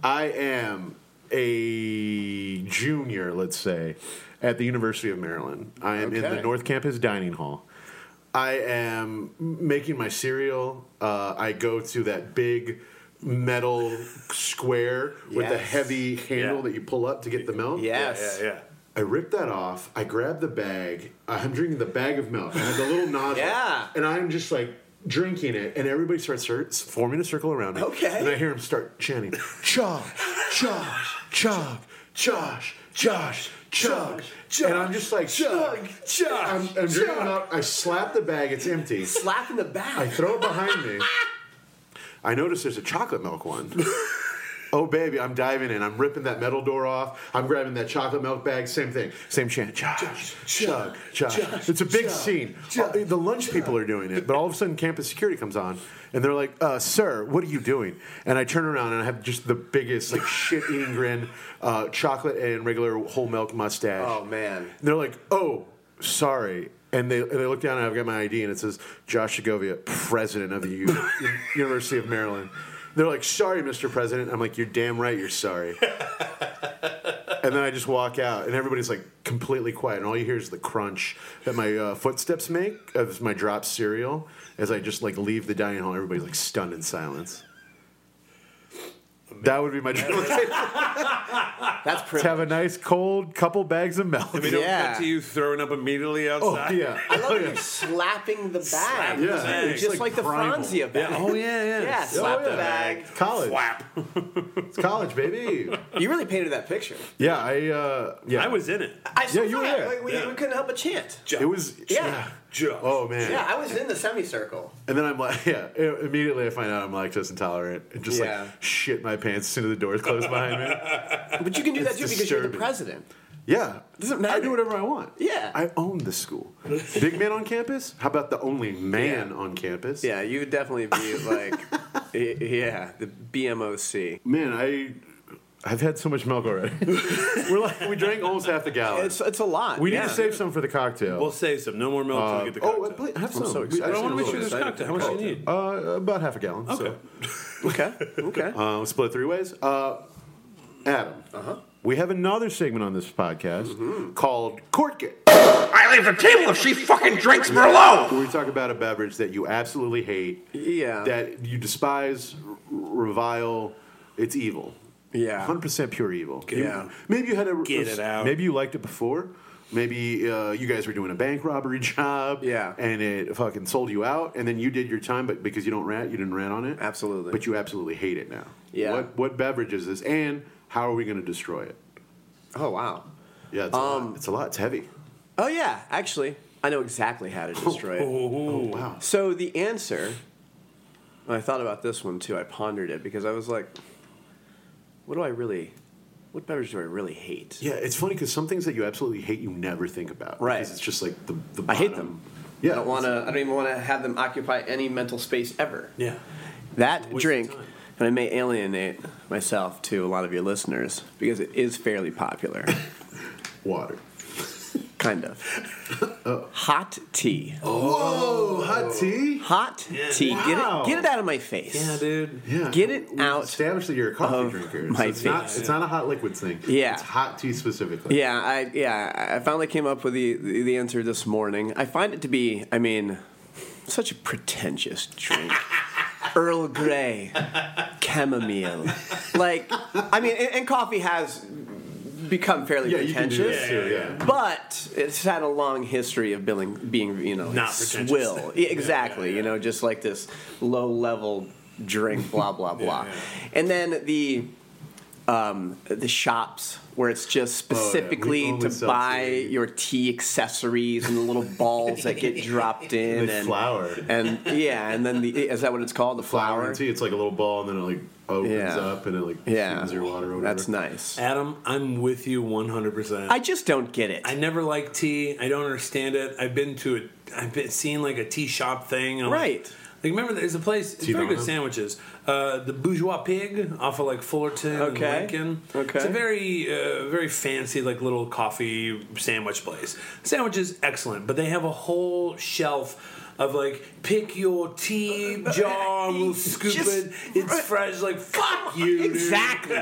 I am a junior, let's say, at the University of Maryland. I am in
Okay.
the North Campus dining hall. I am making my cereal. Uh, I go to that big metal square with the
Yes.
heavy handle
Yeah.
that you pull up to get the milk.
Yes.
Yeah, yeah.
I rip that off. I grab the bag. I'm drinking the bag of milk. I have the little nozzle.
*laughs* Yeah.
And I'm just like drinking it, and everybody starts cir- forming a circle around me.
Okay.
And I hear them start chanting, "Chug, chug, chug, Josh, Josh, chug, chug." And I'm just like, "Chug, chug." I'm, I'm drinking it up. I slap the bag. It's empty.
Slap in the
I
back.
throw it behind me. I notice there's a chocolate milk one. *laughs* Oh baby, I'm diving in. I'm ripping that metal door off. I'm grabbing that chocolate milk bag. Same thing. Same chant. Josh, chug, Josh. It's a big scene. Uh, the lunch people are doing it, but all of a sudden campus security comes on, and they're like, uh, "Sir, what are you doing?" And I turn around and I have just the biggest like shit-eating grin, uh, chocolate and regular whole milk mustache.
Oh man.
And they're like, "Oh, sorry." And they, and they look down and I've got my ID and it says Josh Segovia, president of the U- *laughs* University of Maryland. They're like, "Sorry, Mr. President." I'm like, "You're damn right, you're sorry." and then I just walk out and everybody's like completely quiet and all you hear is the crunch that my uh, footsteps make of my dropped cereal as I just like leave the dining hall. Everybody's like stunned in silence. That would be my dream. *laughs*
That's pretty.
Have a nice cold couple bags of milk.
We don't
Yeah.
cut to you throwing up immediately
Oh
outside.
yeah.
I love
Oh,
you
yeah.
slapping the bag.
the bag.
Just like, the
primal.
Franzia bag.
Yeah. Oh yeah, yeah.
Yeah, slap the bag.
College.
Slap.
It's college, baby.
You really painted that picture.
*laughs* yeah, I uh yeah.
I was in it.
I saw
Yeah, you were
that.
there.
Like, we,
Yeah.
we couldn't help but chant.
it was
Yeah.
Joe.
Oh man.
Yeah, I was in the semicircle.
And then I'm like yeah, i- immediately I find out I'm lactose intolerant and just
Yeah.
like shit my pants as soon as the doors close behind
*laughs*
me.
But you can do
It's
that too because you're the
disturbing.
president.
Yeah.
Doesn't matter.
I do whatever I want.
Yeah.
I own the school. Big man on campus? How about the only man on campus?
Yeah, you would definitely be like, *laughs* y- yeah, the BMOC.
Man, I I've had so much milk
*laughs*
already. We're like we drank almost half the gallon.
It's it's a lot.
we need
yeah.
to save some for the cocktail.
We'll save some. No more milk till we get the
oh,
cocktail.
but have some.
so
We- I've
excited.
I want to
seen
make
a
sure
little
there's cocktail. How much do you need?
Uh, about half a gallon.
Okay.
So.
Okay. Okay.
*laughs* Uh, we'll split it three ways. Uh, Adam,
Uh-huh.
we have another segment on this podcast
Mm-hmm.
called Court Get.
I leave the table if she fucking drinks Merlot!
where we talk about a beverage that you absolutely hate,
Yeah.
that you despise, r- revile. It's evil.
Yeah.
hundred percent pure evil. You-
Yeah.
maybe you had a
Get it out.
Maybe you liked it before. Maybe uh, you guys were doing a bank robbery *laughs* job.
Yeah.
and it fucking sold you out, and then you did your time, but because you don't rat, you didn't rat on it.
Absolutely.
but you absolutely hate it now.
Yeah.
What what beverage is this, and how are we going to destroy it?
oh wow.
Yeah, it's, a
Um,
lot. it's a lot. It's heavy.
Oh yeah. Actually, I know exactly how to destroy it.
Oh,
Wow.
So the answer, and I thought about this one too. I pondered it because I was like, what do I really, what beverage do I really hate?
Yeah, it's funny because some things that you absolutely hate, you never think about.
Right.
Because it's just like the, the
I hate
bottom.
them.
Yeah.
I don't want to. I don't even want to have them occupy any mental space ever.
Yeah.
That
of
drink,
time.
and I may alienate myself to a lot of your listeners because it is fairly popular,
Water.
kind of. Hot tea.
Oh, hot tea?
Hot tea.
Wow.
Get it. Get it out of my face.
Yeah, dude.
Yeah.
Get it
We
out
Established that you're a coffee
of
drinker.
my
so it's, not,
face.
it's not a hot liquids thing.
Yeah.
It's hot tea specifically.
Yeah, I yeah, I- I finally came up with the the the answer this morning. I find it to be, I mean, such a
*laughs*
pretentious drink. Earl Grey, chamomile, like I mean, and, and coffee has become fairly
Yeah, you can do
pretentious.
this too. Yeah.
But it's had a long history of being, being you know,
Not pretentious.
swill. Yeah, exactly. You know, just like this low level drink, blah blah blah.
yeah.
And then the um, the shops where it's just
yeah, we
specifically
only
to
sell
buy
tea.
your tea accessories and the little balls that get dropped in
The
and
flower.
and yeah, and then the is that what it's called? The
Flour
flower.
and tea, it's like a little ball and then it like opens
Yeah.
up and it like
Yeah,
soothes your water or whatever.
that's nice.
Adam, I'm with you 100%.
I just don't get it.
I never liked tea. I don't understand it. I've been to it. I've been seeing like a tea shop thing. I'm like-
Right.
Like, remember, there's a place. It's very good
Donna?
sandwiches. Uh, the Bourgeois Pig off of like Fullerton
Okay.
and Lincoln.
Okay.
It's a very, uh, very fancy like little coffee sandwich place. Sandwich is excellent, but they have a whole shelf of like pick your tea
Uh,
jar, we'll scoop
Just-
it. It's fresh. Like
*laughs*
fuck you, dude. *laughs*
Exactly.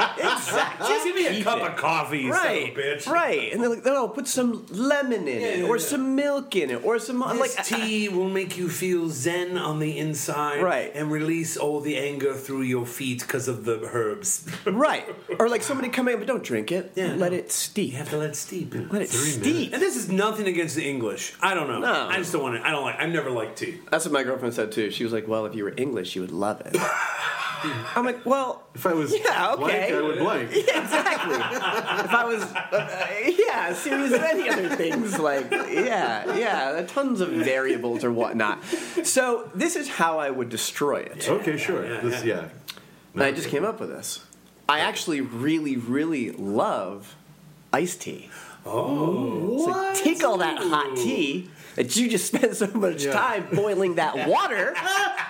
exactly.
Just give me a cup of coffee, you son of a
Right,
bitch.
right, and they're like, no, put some lemon in it,
yeah,
or
yeah.
some milk in it, or some
This
like uh, I-
tea will make you feel zen on the inside,
Right.
and release all the anger through your feet because of the herbs.
Right. Or like somebody coming in, but don't drink it.
Yeah,
Let
no.
it steep.
You have to let it steep.
*laughs* Let it
Three
steep.
And this is nothing against the English. I don't know.
No.
I just don't want it. I don't like. I've never liked tea.
That's what my girlfriend said too. She was like, "Well, if you were English, you would love
*laughs*
it." I'm like, "Well, *laughs*
If I was
Yeah, okay.
blank, I would blank.
*laughs* yeah, exactly. if I was, uh, uh, yeah, serious as any other things, like, yeah, yeah, there are tons of variables or whatnot." So this is how I would destroy it.
Okay, sure.
yeah,
this,
yeah.
yeah.
And I just came up with this. I actually really, really love iced tea. Oh, so take all that hot tea that you just spent so much
Yeah.
time
*laughs*
boiling that water,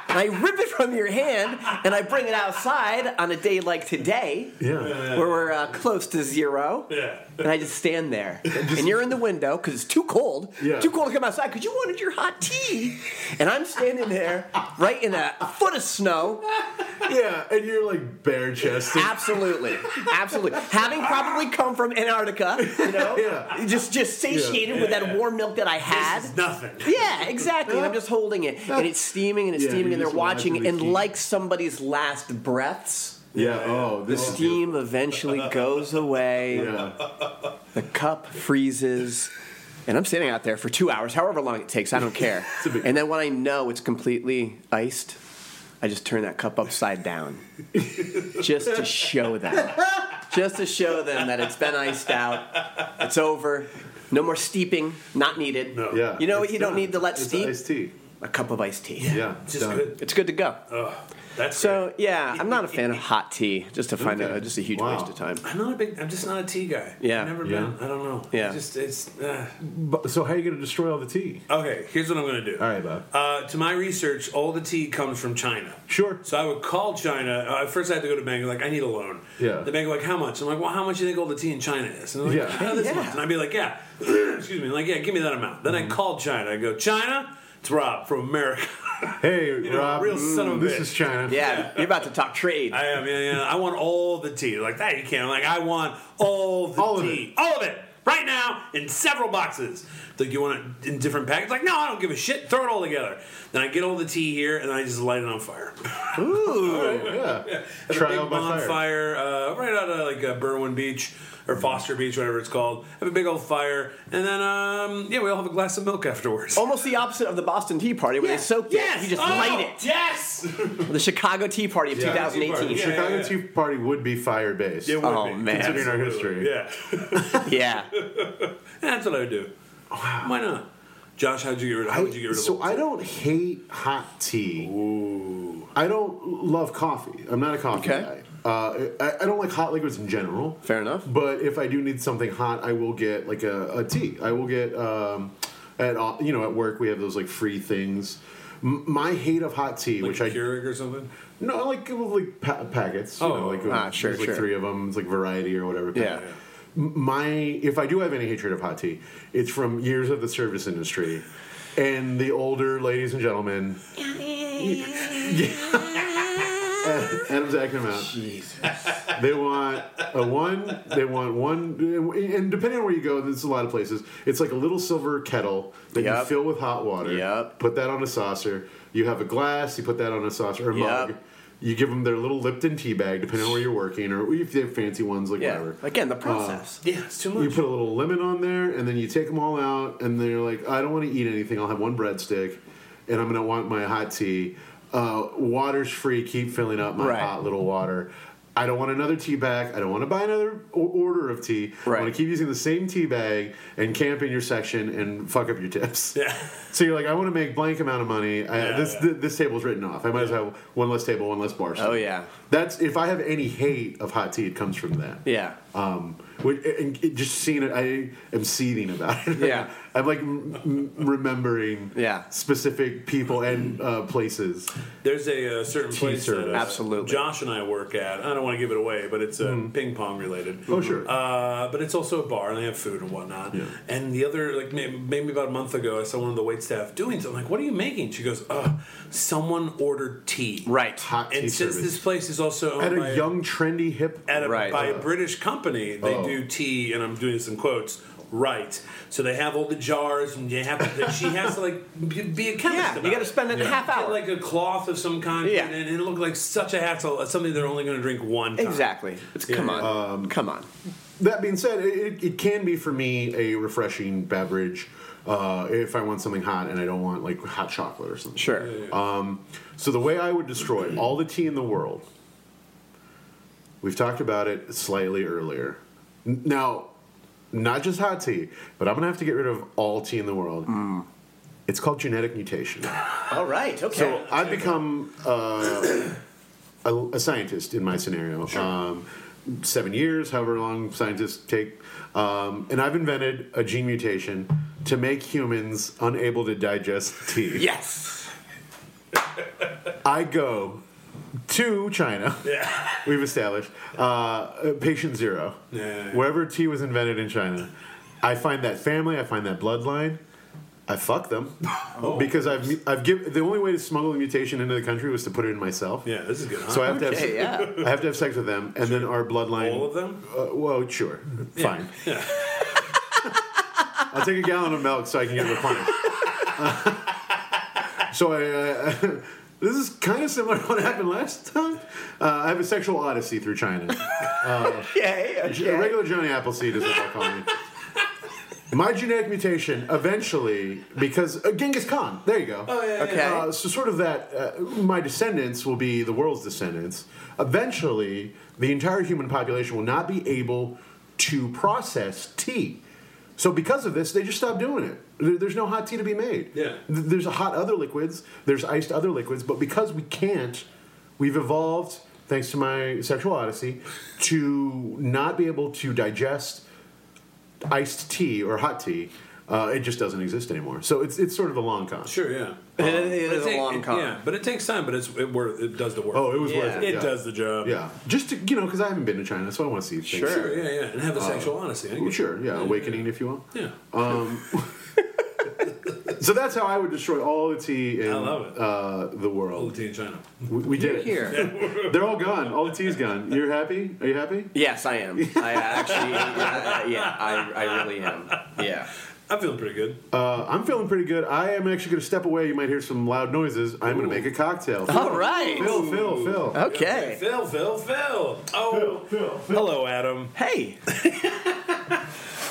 and I rip it from your hand, and I bring it outside on a day like today,
Yeah.
where we're uh, close to zero.
Yeah.
And I just stand
*laughs*
there, and you're in the window because it's too cold.
Yeah.
Too cold to come outside because you wanted your hot tea, and I'm standing there, right in a foot of snow,
Yeah, and you're like bare chested.
Absolutely,
*laughs*
absolutely. Having probably come from Antarctica, you know,
Yeah.
just just satiated with that warm milk that I had.
This is nothing.
yeah, exactly. And I'm just holding it, and it's steaming, and it's
Yeah, you're
steaming, and they're
just watching
watching,
the
and
heat.
like somebody's last breaths,
Yeah, oh,
the
this is
steam eventually
*laughs*
goes away.
Yeah.
The cup freezes. And I'm standing out there for two hours, however long it takes, I don't care.
*laughs* a big-
and then when I know it's completely iced, I just turn that cup upside down. just to show them. Just to show them that it's been iced out. It's over. No more steeping, not needed.
No.
Yeah.
You know what
it's
you don't
done.
need to let
It's
steep?
Iced tea.
A cup of iced tea.
Yeah.
It's just
done.
good.
It's good to go.
That's
So
great.
yeah, I'm not a fan of hot tea. Just to find
Okay.
out, just a huge
Wow.
waste of time.
I'm not a big. I'm just not a tea guy.
Yeah.
I've never
Yeah.
been. I don't know.
Yeah.
Just it's. Uh.
But, so how are you going to destroy all the tea?
Okay. Here's what I'm gonna do.
All right, Bob.
Uh, to my research, all the tea comes from China.
Sure.
So I would call China. Uh, at first, I had to go to the bank. Like, I need a loan.
Yeah.
The bank, like, how much? I'm like, well, how much do you think all the tea in China is? And they're like,
Yeah.
"Oh, this
Yeah.
much. And I'd be like, yeah. *clears throat* Excuse me. Like, yeah, give me that amount. Then
Mm-hmm.
I called China. I go, China, it's Rob from America. *laughs*
Hey,
know,
Rob. Mm,
real son of a
this
bitch.
is China.
Yeah, you're about to talk trade.
I am. Yeah, yeah. I want all the tea. They're Like that, you can't. I'm like, I want all the
All of
tea, all of it, right now in several boxes. Like, you want it in different packets? Like, no, I don't give a shit. Throw it all together. Then I get all the tea here, and I just light it on fire. *laughs*
Ooh,
*laughs* Yeah.
There's a
Try
big
out my fire.
bonfire uh, right out of like uh, Berwyn Beach or Foster Beach, whatever it's called. Have a big old fire, and then um, yeah, we all have a glass of milk afterwards.
almost the opposite of the Boston Tea Party where Oh, they soaked
yes,
it. You just
Oh,
light it.
Yes,
The Chicago Tea Party of
Yeah.
2018.
Yeah,
Yeah.
Chicago
yeah.
Tea Party would be fire based.
It would
Oh,
be,
man.
considering our
Absolutely.
history. Yeah,
*laughs*
that's what I would do. Why not? Josh, how'd you get rid of? How would you get rid of?
so
all
I
the-
don't hate hot tea. Ooh. I don't love coffee. I'm not a coffee
Okay.
guy. Uh, I, I don't like hot liquids in general.
Fair enough.
But if I do need something hot, I will get like a, a tea. I will get um, at all- you know at work we have those like free things. M- my hate of hot tea,
Like
which
a
I
Keurig or something.
no, like like pa- packets. you
Oh,
know, like
ah, sure,
there's, like
sure.
three of them. It's like variety or whatever.
Yeah.
M- My if I do have any hatred of hot tea, it's from years of the service industry, and the older ladies and gentlemen. Adam's acting them out. They want a one. They want one. And depending on where you go, there's a lot of places. It's like a little silver kettle that you
Yep.
fill with hot water.
Yep.
Put that on a saucer. You have a glass. You put that on a saucer or a mug.
Yep.
You give them their little Lipton tea bag, depending on where you're working, or if they have fancy ones, like
Yeah.
whatever.
Again, the process.
Yeah, it's too
You
much.
put a little lemon on there, and then you take them all out, and then you're like, I don't want to eat anything. I'll have one breadstick, and I'm gonna want my hot tea. Uh, water's free. Keep filling up my
Right.
hot little water. I don't want another tea bag. I don't want to buy another o- order of tea. I
Right.
want to keep using the same tea bag and camp in your section and fuck up your tips.
Yeah.
*laughs*
*laughs*
So you're like, I want to make blank amount of money. I,
Yeah,
this
yeah.
Th- this table's written off. I might as well have one less table, one less bar.
Oh, yeah.
That's if I have any hate of hot tea, it comes from that
Yeah.
um, Which, and and just seeing it, I am seething about it.
Yeah.
*laughs* I'm like m- m- remembering
Yeah.
specific people and uh, places.
There's a, uh certain place that
T-shirt.
uh,
Absolutely.
Josh and I work at. I don't want to give it away, but it's uh, ping pong related.
Hmm. Oh, sure.
Uh, but it's also a bar, and they have food and whatnot. And the other, like may- maybe about a month ago, I saw one of the wait staff doing something. Like, what are you making? She goes, "Oh, someone ordered tea."
Right.
Hot tea
And since
service.
this place is also owned
at
by
a young, trendy, hip.
at a,
Right.
by a British company. They
Oh.
do tea, and I'm doing some quotes. Right, so they have all the jars, and you have to. she has to like be- be a chemist.
Yeah, you
about
gotta
it.
spend it in a half
Get,
hour.
like a cloth of some kind.
Yeah.
and, and it looked like such a hassle. It's something they're only going to drink one. Time.
Exactly. It's come
Yeah.
on, come on.
That being said, it, it can be for me a refreshing beverage uh, if I want something hot and I don't want like hot chocolate or something.
Sure.
So the way I would destroy all the tea in the world, we've talked about it slightly earlier. N- Now, not just hot tea, but I'm gonna have to get rid of all tea in the world. It's called genetic mutation.
All right. Okay.
So I've become uh, a, a scientist in my scenario. Um, seven years, however long scientists take, um, and I've invented a gene mutation to make humans unable to digest tea.
yes.
I go to China.
Yeah.
*laughs* We've established uh, uh, patient zero.
Yeah.
Wherever tea was invented in China, I find that family. I find that bloodline. I
*laughs*
fuck them
Oh.
because I've mu- I've given the only way to smuggle the mutation into the country was to put it in myself.
Yeah, this is good. Huh?
So I have to have
Okay, yeah.
I have to have sex with them, and then our bloodline.
all of them.
Uh, well, sure, fine. I'll take a gallon of milk so I can get replenished. so I. Uh, *laughs* This is kind of similar to what happened last time. Uh, I have a sexual odyssey through China.
Okay.
A regular Johnny Appleseed is what I call me. My genetic mutation eventually, because uh, Genghis Khan, there you go. Oh, yeah,
Okay. yeah.
Uh, so, sort of that, uh, my descendants will be the world's descendants. Eventually, the entire human population will not be able to process tea. So, because of this, they just stop doing it. There- There's no hot tea to be made.
Yeah.
Th- There's a hot other liquids, there's iced other liquids, but because we can't, we've evolved, thanks to my sexual odyssey, to not be able to digest iced tea or hot tea. Uh, it just doesn't exist anymore. So it's it's sort of the long con.
Sure. Yeah.
*laughs* It- it is
But
a
take-
long con.
Yeah, but it takes time. But it's it, worth, it does the work.
Oh, it was worth
Yeah.
it.
it
yeah.
does the job.
Yeah, just to, you know, because I haven't been to China, so I want to see things.
Sure.
Sure. Yeah, yeah, and have a sexual honesty. I get
Well,
it.
sure. Yeah, awakening if you will.
Yeah.
So that's how I would destroy all the tea in
I love it. Oh,
Uh, the
All
world.
the tea in China.
We, we did it.
Here.
They're all gone. All the tea's gone. You're happy? Are you happy?
Yes, I am. I actually, yeah, yeah, I, I really am. Yeah.
I'm feeling pretty good.
Uh, I'm feeling pretty good. I am actually going to step away. You might hear some loud noises. I'm going to make a cocktail.
All right.
Phil, Phil, Phil.
Oh, Okay.
Phil, Phil, Phil. Oh, hello, Adam.
Hey.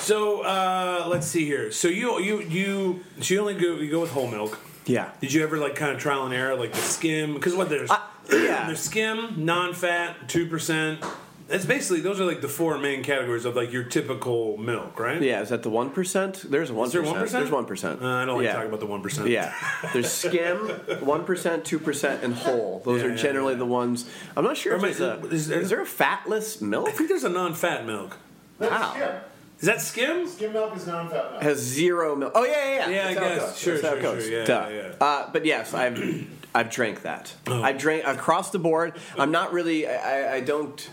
So uh, let's see here. So you you you so you only go you go with whole milk.
*laughs* Yeah.
Did you ever like kind of trial and error like the skim? Because what there's
Uh, yeah.
there's skim, non-fat, two percent. That's basically those are like the four main categories of like your typical milk, right?
Yeah, is that the one percent? There's one
there
percent.
1%?
There's one percent.
Uh, I don't like
yeah.
talking about the one percent.
Yeah, there's skim, one percent, two percent, and whole. Those
Yeah,
are
yeah,
generally
yeah.
the ones. I'm not sure.
Or
If
might-
there's a,
is
is,
there-
there, is there a fatless
I
milk?
think there's a non-fat milk.
Wow,
Is that skim?
Skim milk is non-fat milk.
has zero milk. Oh yeah, yeah,
Yeah,
yeah.
I
That's how it
guess.
goes.
Sure,
That's how
sure,
it
sure.
goes.
Yeah,
Duh.
yeah,
Uh, but yes, I've *clears throat* I've drank that.
Oh.
I've drank across the board. I'm not really. I, I, I don't.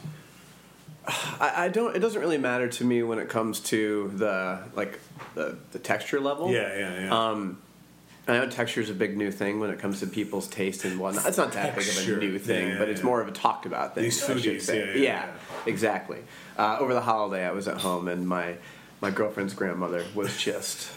I, I don't. It doesn't really matter to me when it comes to the like the, the texture level.
Yeah, yeah, yeah.
um, I know texture is a big new thing when it comes to people's taste and whatnot. It's not that
Texture.
big of a new thing,
Yeah,
but it's
yeah.
more of a talked about thing.
These
I should
foodies,
say.
yeah, yeah, yeah.
exactly. Uh, over the holiday, I was at home and my my girlfriend's grandmother was just.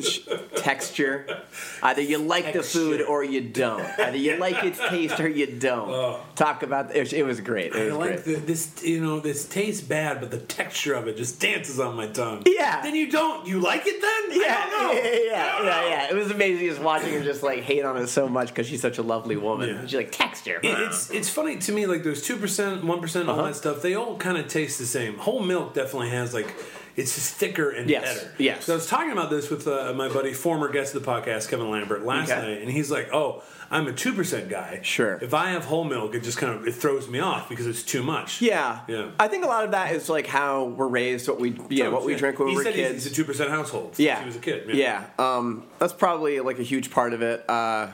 sh- Texture. Either you like the food
Texture.
or you don't. Either you
*laughs*
like its taste or you don't. Talk about it. It was great. It
Oh. I
was
like
great.
the, this, you know, this tastes bad, but the texture of it just dances on my tongue.
Yeah.
Then you don't. You like it then?
Yeah,
I don't know.
*laughs* yeah, yeah,
don't
yeah,
know.
yeah. It was amazing just watching her just like hate on it so much because she's such a lovely woman.
Yeah.
She's like texture.
It- it's it's funny to
Uh-huh.
me like those two percent, one percent, all that stuff. They all kind of taste the same. Whole milk definitely has like It's just thicker and
Yes,
better.
yes.
So I was talking about this with uh, my buddy, former guest of the podcast, Kevin Lambert, last
Okay.
night, and he's like, "Oh, I'm a two percent guy.
Sure.
If I have whole milk, it just kind of it throws me off because it's too much.
Yeah.
Yeah. Oh,
I think a lot of that is like how we're raised, what we yeah, what we drink when
he
we were
said he's-
kids.
He's a two percent household. since
yeah.
He was a kid.
Yeah. Um, that's probably like a huge part of it. Uh,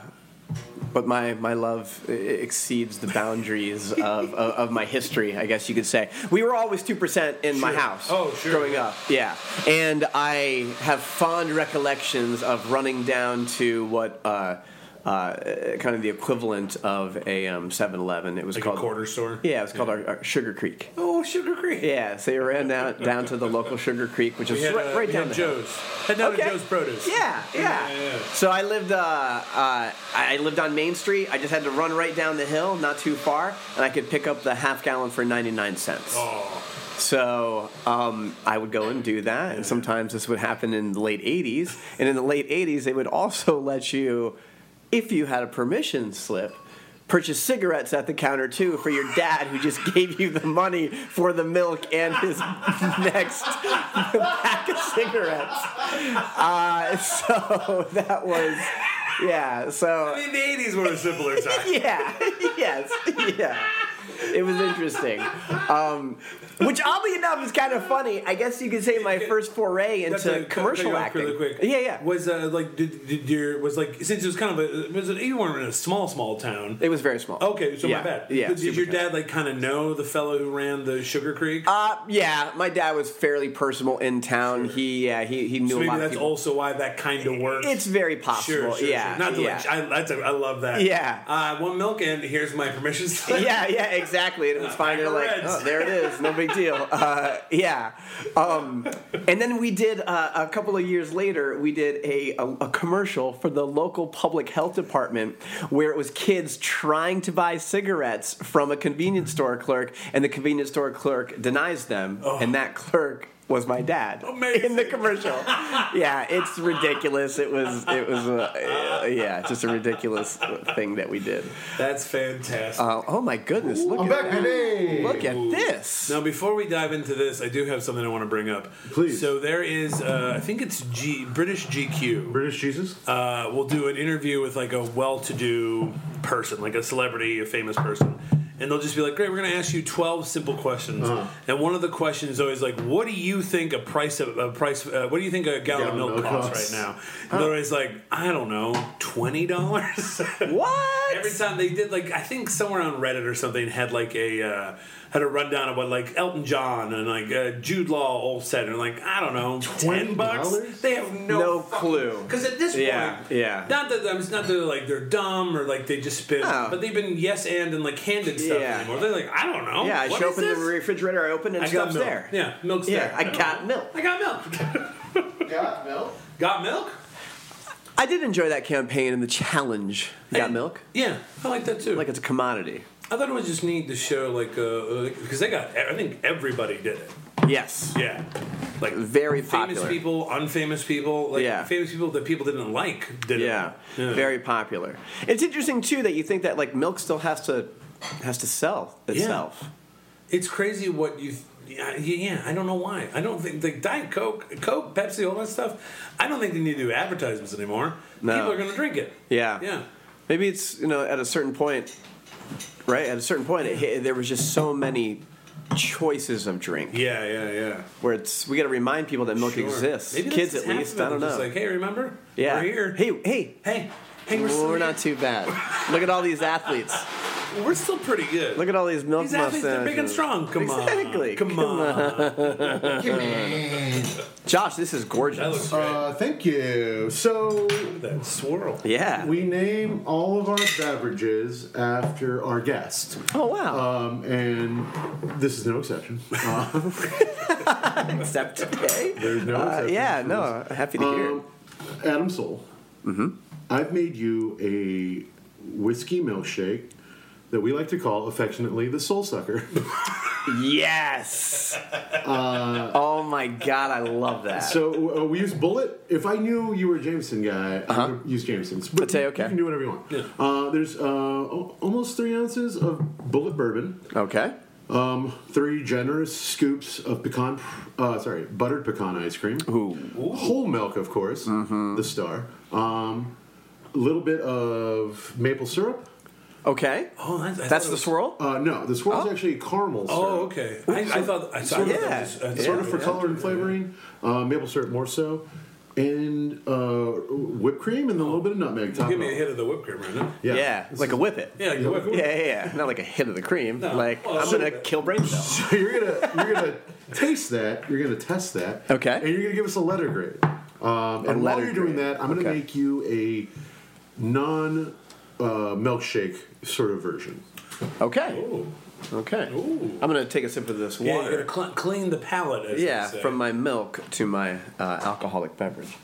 but my, my love i- exceeds the
*laughs*
boundaries of, of, of my history, I guess you could say. We were always 2% in my
Sure.
house
Oh, sure,
growing
yeah.
up. Yeah. And I have fond recollections of running down to what uh, uh, kind of the equivalent of a um, 7-Eleven. It was
Like
called
a quarter store.
Yeah, it was called Our, our Sugar Creek.
Oh, Sugar Creek.
Yeah, so you ran down, down to the local Sugar Creek, which
We
is
had,
right,
uh,
right
we
down
had
the hill.
Joe's. Head down to Joe's Produce.
Yeah, yeah.
Yeah, yeah, yeah.
So I lived, uh, uh, I lived on Main Street. I just had to run right down the hill, not too far, and I could pick up the half gallon for ninety nine cents.
Oh,
So um, I would go and do that, and sometimes this would happen in the late '80s. And in the late '80s, they would also let you, if you had a permission slip, purchase cigarettes at the counter too for your dad, who just *laughs* gave you the money for the milk and his *laughs* next pack of cigarettes. Uh, *laughs* so that was, yeah. So
I mean, the '80s were a simpler
*laughs*
time.
yeah. Yes. Yeah. It was interesting. Um, which oddly enough is kind of funny. I guess you could say my first foray
That's
into
a- cut
commercial
you off
acting.
Really quick.
Yeah, yeah.
Was uh, like did, did your was like since it was kind of a was it, you weren't in a small small town.
It was very small.
Okay, so
yeah.
my bad.
Yeah.
Did, did
super
your
tiny.
dad like kind of know the fellow who ran the Sugar Creek?
Uh, yeah, my dad was fairly personable in town. He yeah, he he knew
so
a
maybe
lot
that's
of people.
also why that kind of works.
It's very possible.
Sure, sure,
yeah.
sure. Not to
yeah.
like, I, that's a, I love that.
Yeah.
Uh, one milk and here's my permission slip.
yeah, yeah, exactly. And it was
pack
fine. They're
of
like,
Uh, Reds.
oh, there it is, no big
*laughs*
deal. Uh, yeah. Um, and then we did uh, a couple of years later. We did a, a a commercial for the local public health department where it was kids trying to buy cigarettes from a convenience store clerk, and the convenience store clerk denies them, and that clerk. Was my dad in the
Oh. Amazing. *laughs*
commercial? yeah, it's ridiculous. It was, it was, uh, yeah, just a ridiculous thing that we did.
*laughs* That's fantastic.
Uh, oh my goodness! Look
I'm
at
back,
that.
baby.
Look at this.
Now, before we dive into this, I do have something I want to bring up.
Please.
So there is, uh, I think it's G British GQ.
British Jesus.
Uh, we'll do an interview with like a well-to-do person, like a celebrity, a famous person, and they'll just be like, "Great, we're going to ask you twelve simple questions." And one of the questions is always like, "What do you think a price of a price? Uh, what do you think a gallon of
Gallon
milk
milk
costs,
costs.
right now?" And they're always like, "I don't know, twenty dollars." *laughs*
What?
Every time they did, like I think somewhere on Reddit or something had like a uh, had a rundown of what like Elton John and like uh, Jude Law all said, and like I don't know, ten bucks.
$20?
They have no,
No clue.
Because at this
Yeah,
point,
yeah.
not that I'm not that like they're dumb or like they just spit,
No.
but they've been yes and and like handed stuff
Yeah.
anymore. They're like I don't know.
yeah, I
what
show
is
up in the
this?
refrigerator. I open it.
I
It's
got milk.
upstairs.
Yeah, milk's
Yeah,
there.
I got milk.
I got milk.
*laughs*
Got milk.
got milk.
I did enjoy that campaign and the challenge. You got
And-
milk?
Yeah, I like that too.
Like it's a commodity.
I thought it was just neat to show like because they got I think everybody did it.
Yes.
Yeah, like
Very
famous
popular.
people, unfamous people, like
Yeah.
famous people that people didn't like did
Yeah.
it.
Very popular. It's interesting too that you think that like milk still has to has to sell itself.
It's crazy what you. yeah, yeah, I don't know why. I don't think like Diet Coke, Coke, Pepsi, all that stuff. I don't think they need to do advertisements anymore.
No.
People are going to drink it.
Yeah.
yeah.
Maybe it's you know at a certain point, right? At a certain point, it hit, there was just so many choices of drink
Yeah, yeah, yeah.
where it's we got to remind people that milk
Sure.
exists.
Maybe that's
Kids
just
at
half
least.
of it.
I don't
It's
know.
just like, hey, remember?
yeah.
We're here.
Hey, hey,
hey, hey, we're,
Well,
still
we're
here.
not too bad. Look at all these athletes.
We're still pretty good.
Look at all these milk
These athletes, they're big and
mustaches.
strong. Come
Exactly.
on. Come,
Come
on.
Josh, this is gorgeous.
That looks great.
Uh, thank you. So
that swirl.
yeah.
we name all of our beverages after our guest,
oh wow.
um, and this is no exception.
Ah.
Uh,
*laughs*
Except today.
there's no
Uh,
exception
yeah.
to this.
No. Happy to hear. it.
Um, Adam Soul,
Mm-hmm.
I've made you a whiskey milkshake that we like to call affectionately the Soul
*laughs*
Sucker.
Um, *laughs*
Yes. oh my God, I love that.
so uh, we use Bullet. If I knew you were a Jameson guy, I would use Jameson's. But
Uh-huh. I'd say
you-
okay.
You can do whatever you want. Uh, there's uh, al- almost three ounces of Bullet bourbon,
okay.
Um, three generous scoops of pecan, uh, sorry, buttered pecan ice cream. Whole milk, of course,
Mm-hmm.
the star. Um, a little bit of maple syrup.
Okay.
Oh, that's, I
That's
thought it
the
was-
swirl?
Uh, no, this one's
Oh.
actually caramel syrup.
Oh, okay. I, I thought. I, sort
Sort of-
of,
yeah.
Sort
uh,
of for color and flavoring, uh, maple syrup more so, and uh, whipped cream and a little bit of nutmeg. top
Give me
it
a
off.
hit of the whipped cream right now.
Yeah,
This
like
is-
a whip it.
Yeah, you whip it.
Yeah, yeah, yeah. Not like a hit of the cream.
No.
Like
Well,
I'm
so-
gonna kill brain cells.
So you're gonna you're gonna *laughs* taste that. You're gonna test that.
Okay.
And you're gonna give us a letter grade. Um, and while
letter
you're doing
grade.
that, I'm gonna
Okay.
make you a non uh, milkshake sort of version.
Okay.
Ooh.
Okay.
Ooh.
I'm gonna take a sip of this
Yeah, you gotta
water.
cl- clean the palate. As
Yeah,
they say.
from my milk to my uh, alcoholic beverage.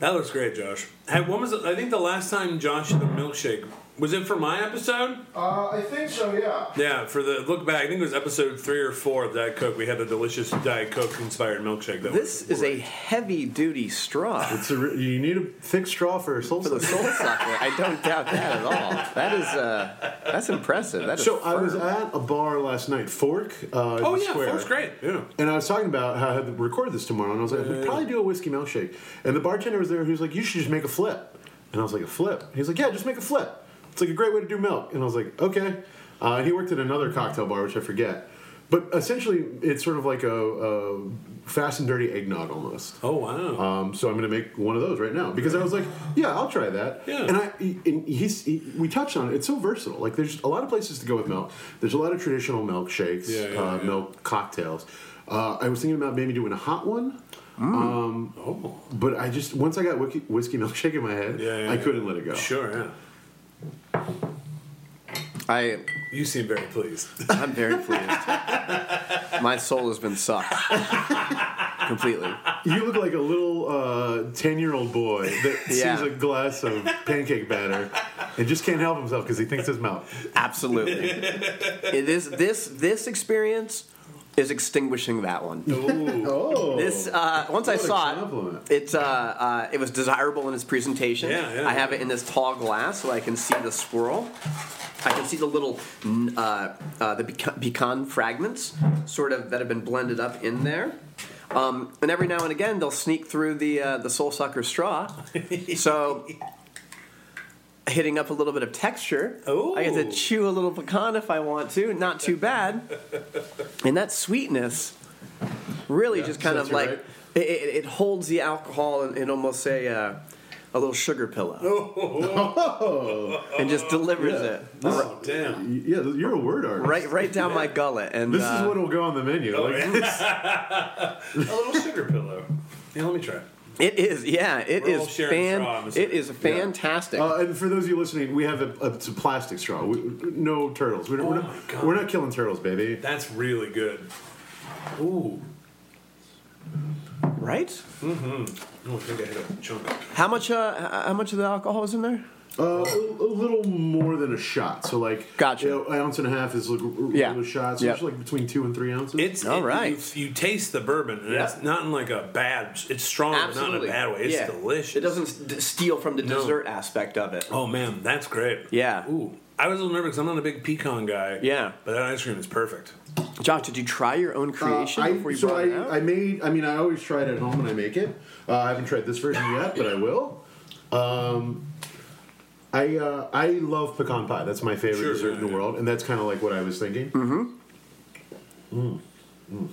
That looks great, Josh. Hey, when was it? I think the last time Josh had a milkshake was it for my episode?
Uh, I think so, yeah.
Yeah, for the look back, I think it was episode three or four of Diet Coke. We had a delicious Diet Coke inspired milkshake. That
This
was
is a heavy duty straw *laughs* for
It's a, re- you need a thick straw for a soul.
the
sucker.
soul sucker. I don't doubt that at all. That is uh, that's impressive. That is
So I was
firm.
at a bar last night, Fork. Uh, in
Oh,
the
yeah,
square.
Fork's great.
Yeah, and I was talking about how I had to record this tomorrow, and I was like, we probably do a whiskey milkshake. And the bartender was there, he was like, you should just make a flip. And I was like, a flip. He's like, yeah, just make a flip. It's like a great way to do milk. And I was like, okay. Uh, he worked at another cocktail bar, which I forget. But essentially, it's sort of like a, a fast and dirty eggnog almost.
Oh wow!
Um, so I'm going to make one of those right now because I was like, yeah, I'll try that.
Yeah.
And I and he's he, we touched on it. It's so versatile. Like there's a lot of places to go with milk. There's a lot of traditional milkshakes,
Yeah, yeah,
uh,
yeah.
milk cocktails. Uh, I was thinking about maybe doing a hot one,
oh,
but I just once I got wiki, whiskey milkshake in my head,
Yeah, yeah,
I
yeah.
couldn't let it go.
sure. Yeah,
I
you seem very
*laughs*
pleased.
I'm very pleased. My soul has been sucked completely.
You look like a little ten year old boy that
*laughs* Yeah.
sees a glass of pancake batter and just can't help himself because he thinks it's milk.
Absolutely.
*laughs*
It is this this experience is extinguishing that one.
Oh,
This uh, once I
What a
saw
compliment.
it, it's uh, uh, it was desirable in its presentation.
Yeah, yeah,
I have it in this tall glass so I can see the swirl. I can see the little n- uh, uh, the pecan, pecan fragments, sort of that have been blended up in there. Um, and every now and again, they'll sneak through the uh, the soul sucker straw. so. Hitting up a little bit of texture. I get
Ooh.
to chew a little pecan if I want to. Not too bad. and that sweetness really just kind
sounds
of like
right.
it, it, it holds the alcohol in, in almost a uh, a little sugar pillow *laughs* and just delivers it
oh damn!
yeah, you're a word artist.
right right down my gullet and
This
uh,
is what will go on the menu.
Oh, *laughs*
like,
A little sugar pillow. Yeah, let me try. it.
it is yeah it
We're all
is
sharing
fan-
straw, I'm
it
assuming.
is fantastic
Uh, and for those of you listening, we have a, a, it's a plastic straw. We, no turtles. We,
Oh
we're,
my
not,
God.
we're not killing turtles, baby.
That's really good. Ooh.
right
Oh, I think I hit a chunk.
how much uh, h- how much of the alcohol is in there
Oh,
Uh, a, a little more than a shot. So like,
Gotcha.
you know, an ounce and a half is like a r-
Yeah.
regular shot. So
Yep.
it's like between two and three ounces.
It's
All
it-
right.
You, you taste the bourbon, and it's not in like a bad. It's strong,
absolutely
but not in a bad way. It's
Yeah.
delicious.
it doesn't s- d- steal from the
No.
dessert aspect of it
Oh man, that's great.
Yeah.
Ooh, I was a little nervous. 'cause I'm not a big pecan guy.
Yeah.
But that ice cream is perfect.
Josh did you try your own creation
Uh, I-
before you
so
brought
I,
it out
I made. I mean, I always try it at home when I make it. Uh, I haven't tried this version yet, but I will. Um, I uh, I love pecan pie. That's my favorite
Sure,
dessert
yeah,
in the
yeah.
world, and that's kind of like what I was thinking. Mm-hmm. Mm. Mm.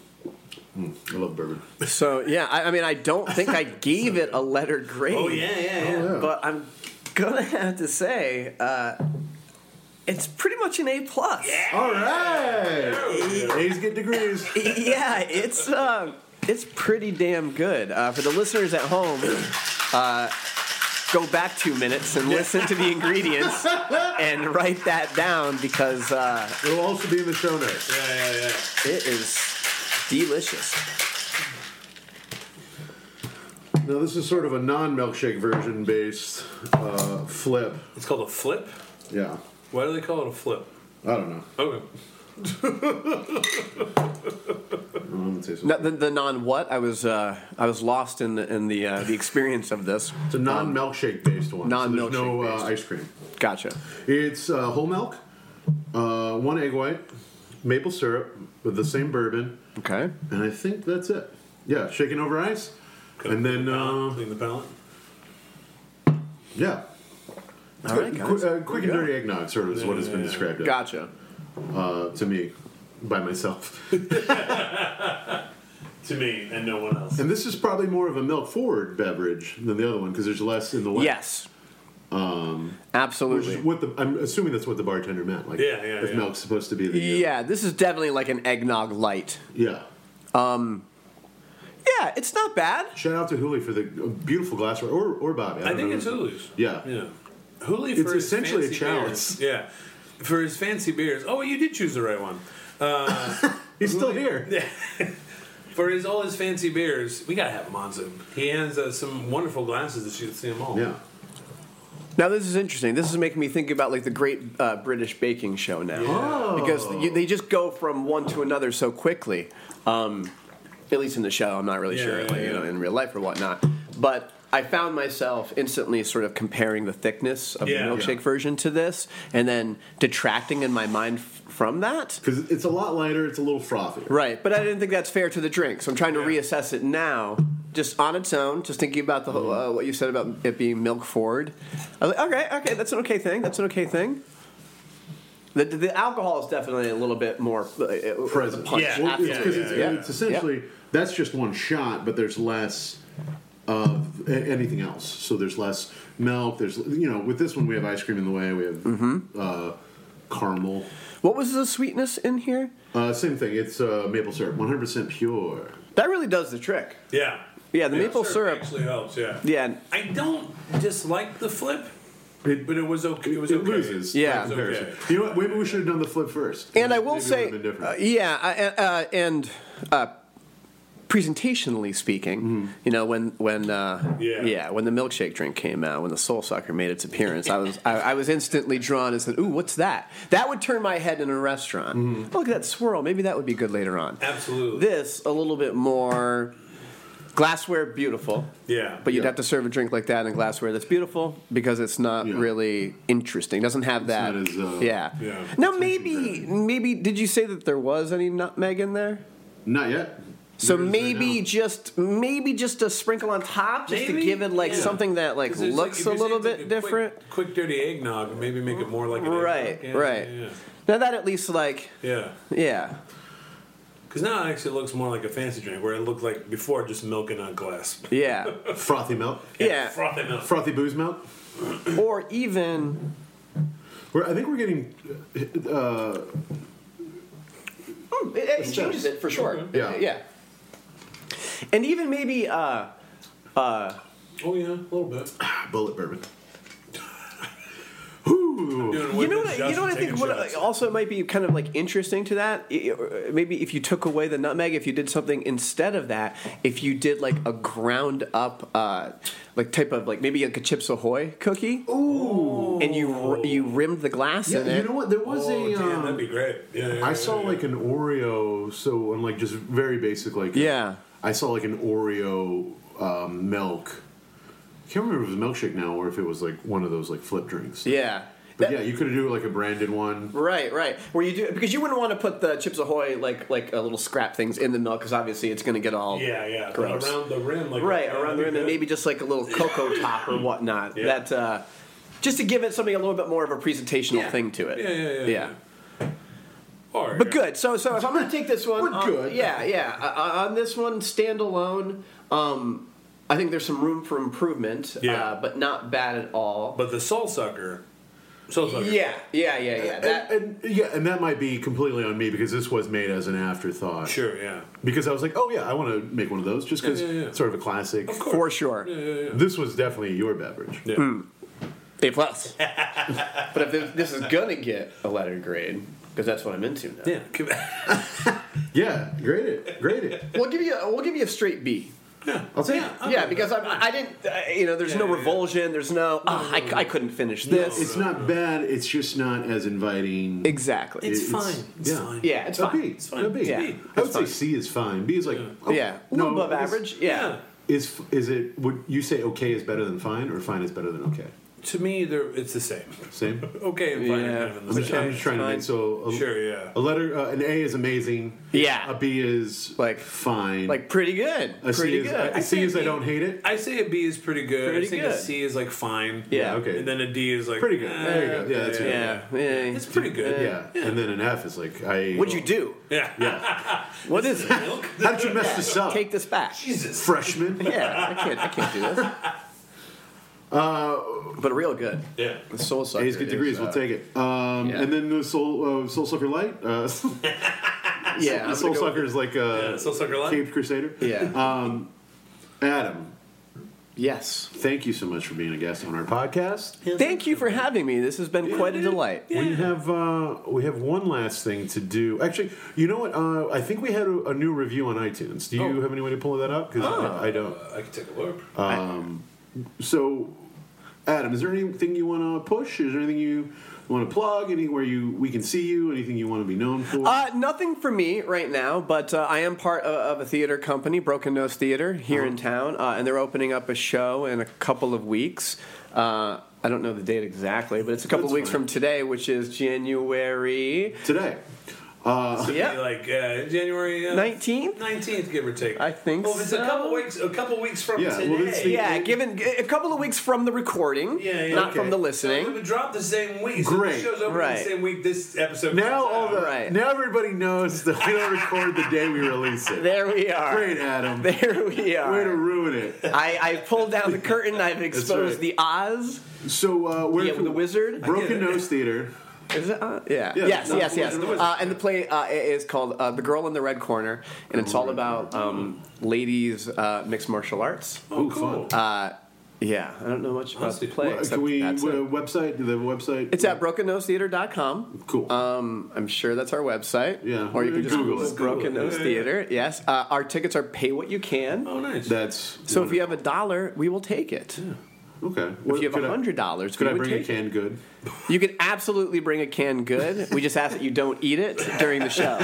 Mm. I love bourbon.
so yeah I, I mean I don't think I gave it a letter grade
Oh yeah, yeah, yeah.
but I'm gonna have to say uh, it's pretty much an A plus. *laughs* Yeah,
All right, A's get degrees.
it's uh, it's pretty damn good. Uh, for the listeners at home, uh, go back two minutes and listen to
*laughs*
the ingredients and write that down because uh,
It'll also be in the show notes.
Yeah, yeah, yeah.
it is delicious.
Now, this is sort of a non-milkshake version based uh, flip.
It's called a flip.
Yeah,
Why do they call it a flip?
I don't know.
Okay.
I don't know if it's-
No, the, the non what I was uh, I was lost in the, in the uh, the experience of this.
It's a non-milkshake based one. so there's
non-milkshake
no uh,
based.
ice cream.
Gotcha.
It's uh, whole milk uh, uh, one egg white, maple syrup with the same bourbon,
Okay.
and I think that's it. Yeah, shaken over ice,
Cook
and then
the palate,
uh,
clean the palate.
yeah,
All right,
Qu-
guys.
uh, quick and dirty eggnog sort of is what it's been described as,
Gotcha.
uh, to me by myself.
*laughs* To me and no one else.
And this is probably more of a milk forward beverage than the other one because there's less in the wet.
Yes. Um.
Which is
Absolutely.
what the I'm assuming that's what the bartender meant. Like,
Yeah, yeah,
if
yeah.
milk's supposed to be the uh,
Yeah, this is definitely like an eggnog light.
yeah.
Yeah, it's not bad.
Shout out to Hooli for the uh, beautiful glassware or or Bobby.
I
don't
think
know.
it's Hulu's.
Yeah.
Yeah. Huli
It's
for his
essentially a
fancy
chalice.
beers- Yeah. For his fancy beers. Oh, you did choose the right one.
He's still here.
For his all his fancy beers, we gotta have Monzo. He hands us some wonderful glasses that you can see them all.
Yeah.
Now this is interesting. This is making me think about like the Great uh, British Baking Show now,
Oh.
because you, they just go from one to another so quickly. Um, at least in the show, I'm not really
Yeah,
sure,
yeah,
like, you
yeah.
know, in real life or whatnot. But I found myself instantly sort of comparing the thickness of
Yeah.
the milkshake
Yeah.
version to this, and then detracting in my mind f- from that.
Because it's a lot lighter. It's a little frothy.
Right, but I didn't think that's fair to the drink, so I'm trying to reassess it now, just on its own. Just thinking about the whole, uh, what you said about it being milk forward. I was like, okay, okay, that's an okay thing. That's an okay thing. The, the alcohol is definitely a little bit more uh, uh,
Present.
punch
Yeah,
Well, it's,
after.
'cause
yeah,
it's,
yeah.
it's essentially that's just one shot, but there's less of a- anything else. So there's less milk. There's you know with this one we have ice cream in the way. We have
Mm-hmm.
uh, caramel.
What was the sweetness in here?
Uh, same thing. It's uh, maple syrup, 100% pure.
That really does the trick.
Yeah.
Yeah, the maple syrup.
actually helps. Yeah.
Yeah,
I don't dislike the flip,
It,
but it was okay. It was
it
okay.
loses.
Yeah.
by comparison. You know what? Maybe we should have done the flip first.
And I
Maybe it
will
would
say,
have been different.
uh, yeah, I- uh, uh, and uh, presentationally speaking,
Mm-hmm.
you know, when when uh,
Yeah.
when the milkshake drink came out, when the Soul Sucker made its appearance, I was I, I was instantly drawn and said, "Ooh, what's that?" That would turn my head in a restaurant.
Mm-hmm.
Oh, look at that swirl. Maybe that would be good later on.
Absolutely.
This a little bit more glassware, beautiful.
yeah.
But you'd
Yeah.
have to serve a drink like that in glassware that's beautiful because it's not
Yeah.
really interesting. Doesn't have that.
not as, uh,
yeah.
Yeah.
Now maybe maybe did you say that there was any nutmeg in there?
Not yet.
So
There is right
maybe
now.
just maybe just a sprinkle on top, just
Maybe?
to give it like
Yeah.
something that like
'Cause there's,
looks
if you're
a little
saying
bit
it's like a
different.
Quick, quick dirty eggnog, maybe make it more like an
Right,
eggnog. Yeah,
right.
Yeah.
Now that at least like
yeah.
yeah.
Because now it actually looks more like a fancy drink, where it looked like before just milk in a glass. *laughs*
Yeah.
frothy milk,
Yeah.
Frothy milk.
frothy booze milk.
Or even
We're, I think we're getting. Uh,
Mm, it, it changes it for sure.
Yeah.
Yeah. And even maybe uh
Oh yeah, a little bit.
ah, bullet bourbon. *laughs*
Doing
You
women
know
shots
what? You know what I
and
think.
taking
What
shots.
uh, also might be kind of like interesting to that. i- i- Maybe if you took away the nutmeg, if you did something instead of that, if you did like a ground up, uh, like type of like maybe like a Chips Ahoy cookie. Ooh. And you r- you rimmed the glass
Yeah,
in it.
you know what? There was
Oh,
a.
damn,
um,
that'd be great. Yeah, yeah,
I
yeah,
saw
yeah.
like an Oreo, so on like just very basic, like
Yeah.
I saw like an Oreo um, milk. I can't remember if it was milkshake now or if it was like one of those like flip drinks.
Yeah.
but
That-
yeah, you could do like a branded one.
Right, right. Where you do because you wouldn't want to put the Chips Ahoy like like uh, little scrap things in the milk because obviously it's going to get all
Yeah, yeah.
Gross.
Around the rim, like
right
yeah, that'd
around the
be
rim,
good.
and maybe just like
*laughs*
a little cocoa top or whatnot.
Yeah.
That uh, just to give it something a little bit more of a presentational thing to it.
Yeah, yeah, yeah, yeah. Or,
But good. So, so if I'm gonna take this one,
We're
um,
good.
Yeah, yeah. Uh, on this one, standalone. Um, I think there's some room for improvement,
Yeah.
uh, but not bad at all.
But the soul sucker, soul sucker.
yeah, yeah, yeah, yeah. That,
and, and yeah, and that might be completely on me because this was made as an afterthought.
Sure. Yeah.
Because I was like, oh yeah, I want to make one of those just because
Yeah, yeah, yeah.
it's sort of a classic.
Of course.
for sure.
This was definitely your beverage.
Yeah. *laughs*
A plus. but if this, this is gonna get a letter grade, because that's what I'm into now.
Yeah. *laughs* Give-
Yeah, grade it,
*laughs*
grade it.
We'll give you a, we'll give you a straight B.
I'll take it.
yeah, because I'm, I didn't. Uh, you know, there's
Yeah,
no
yeah, yeah.
revulsion. There's no. ah, I, c- I couldn't finish
No,
this.
it's not bad. It's just not as inviting.
exactly.
It's
It's-
fine. It's
yeah.
fine.
yeah, it's
A
fine.
B.
It's fine.
A B.
Yeah.
I would say C is fine. B is like oh,
yeah, a
no,
little above
it's-
average. Yeah.
Yeah.
Is is it? Would you say okay is better than fine, or fine is better than okay?
to me, they're, it's the same.
Same.
Okay, and fine.
Yeah.
are kind of the
I'm just-
same.
I'm just trying to
fine.
make so a,
Sure, yeah.
a letter uh, an A is amazing.
Yeah.
A B is
Like-
fine.
Like pretty good.
a C
pretty
is,
good.
A, a C
say
is I
B.
don't hate it.
I say a B is pretty good.
Pretty
I think
good.
a C is like fine.
Yeah.
okay.
And then a D is like
Pretty good.
eh,
There you go. Yeah, that's
okay.
good.
yeah. yeah.
It's pretty good.
yeah. And then an F is like I.
What'd you do?
Yeah. *laughs*
Yeah.
What is it? *laughs*
How did you mess this up?
Take this back.
Jesus.
freshman.
*laughs* Yeah, I can't. I can't do this. but real good.
Yeah.
The soul sucker.
A's Uh, get degrees.
is,
we'll
uh,
take it. Um,
yeah.
And then the soul uh, soul sucker light. Uh, *laughs*
Yeah, I'm
soul
gonna go with-
sucker Uh, is like
Yeah,
a
Soul Sucker Live.
caped crusader.
Yeah.
Adam,
yes.
thank you so much for being a guest on our podcast.
Thank you for having me. This has been quite a delight.
We have uh, we have one last thing to do. Actually, you know what? Uh, I think we had a, a new review on iTunes. Do you
Oh.
have any way to pull that up? Because
Ah.
I, I don't.
Uh, I can take a look.
So, Adam, is there anything you want to push? Is there anything you want to plug? Anywhere you we can see you? Anything you want to be known for?
Uh, nothing for me right now, but uh, I am part of, of a theater company, Broken Nose Theater, here in
Uh-huh.
town, uh, and they're opening up a show in a couple of weeks. Uh, I don't know the date exactly, but it's a couple
That's
weeks
fine.
from today, which is January.
Today.
Yeah,
Like uh, January uh,
19th?
19th, give or take.
I think
Well, if it's
so.
a couple weeks, a couple weeks from
Yeah,
today.
well, it's the-
Yeah, given a couple of weeks from the recording,
Yeah, yeah,
not
okay.
from the
So it
listening.
would drop the same week. So
Great.
The show's open
Right.
the same week this episode.
Now
comes
all
out.
the
Right.
now everybody knows that we don't record the day we release it.
There we are.
Great, Adam. Way
There we
to
are.
ruin it.
I, I pulled down the curtain. I've
right.
exposed the Oz.
So uh, where
Yeah,
can-
the wizard.
Broken Nose Theater.
Is it? Uh, yeah.
Yeah,
Yes,
the-
yes,
the-
yes.
the wizard.
Uh, and the play uh, i- is called uh, "The Girl in the Red Corner," and it's all about um, ladies uh, mixed martial arts.
Oh, cool.
Uh, Yeah, I don't know much about the
see.
play.
Uh,
except
can we
that's
what,
it.
uh, website? The website.
It's at brokennosetheater.com.
Cool.
Um, I'm sure that's our website.
Yeah.
Or you can just
Google
Google
it.
Broken Nose Theater. Yes. Uh, our tickets are pay what you can.
Oh, nice.
That's
So if you have a dollar, we will take it.
okay.
If you have a hundred dollars,
could
we
I
would
bring a
take it.
canned good?
You can absolutely bring a can good. We just ask that you don't eat it during the show.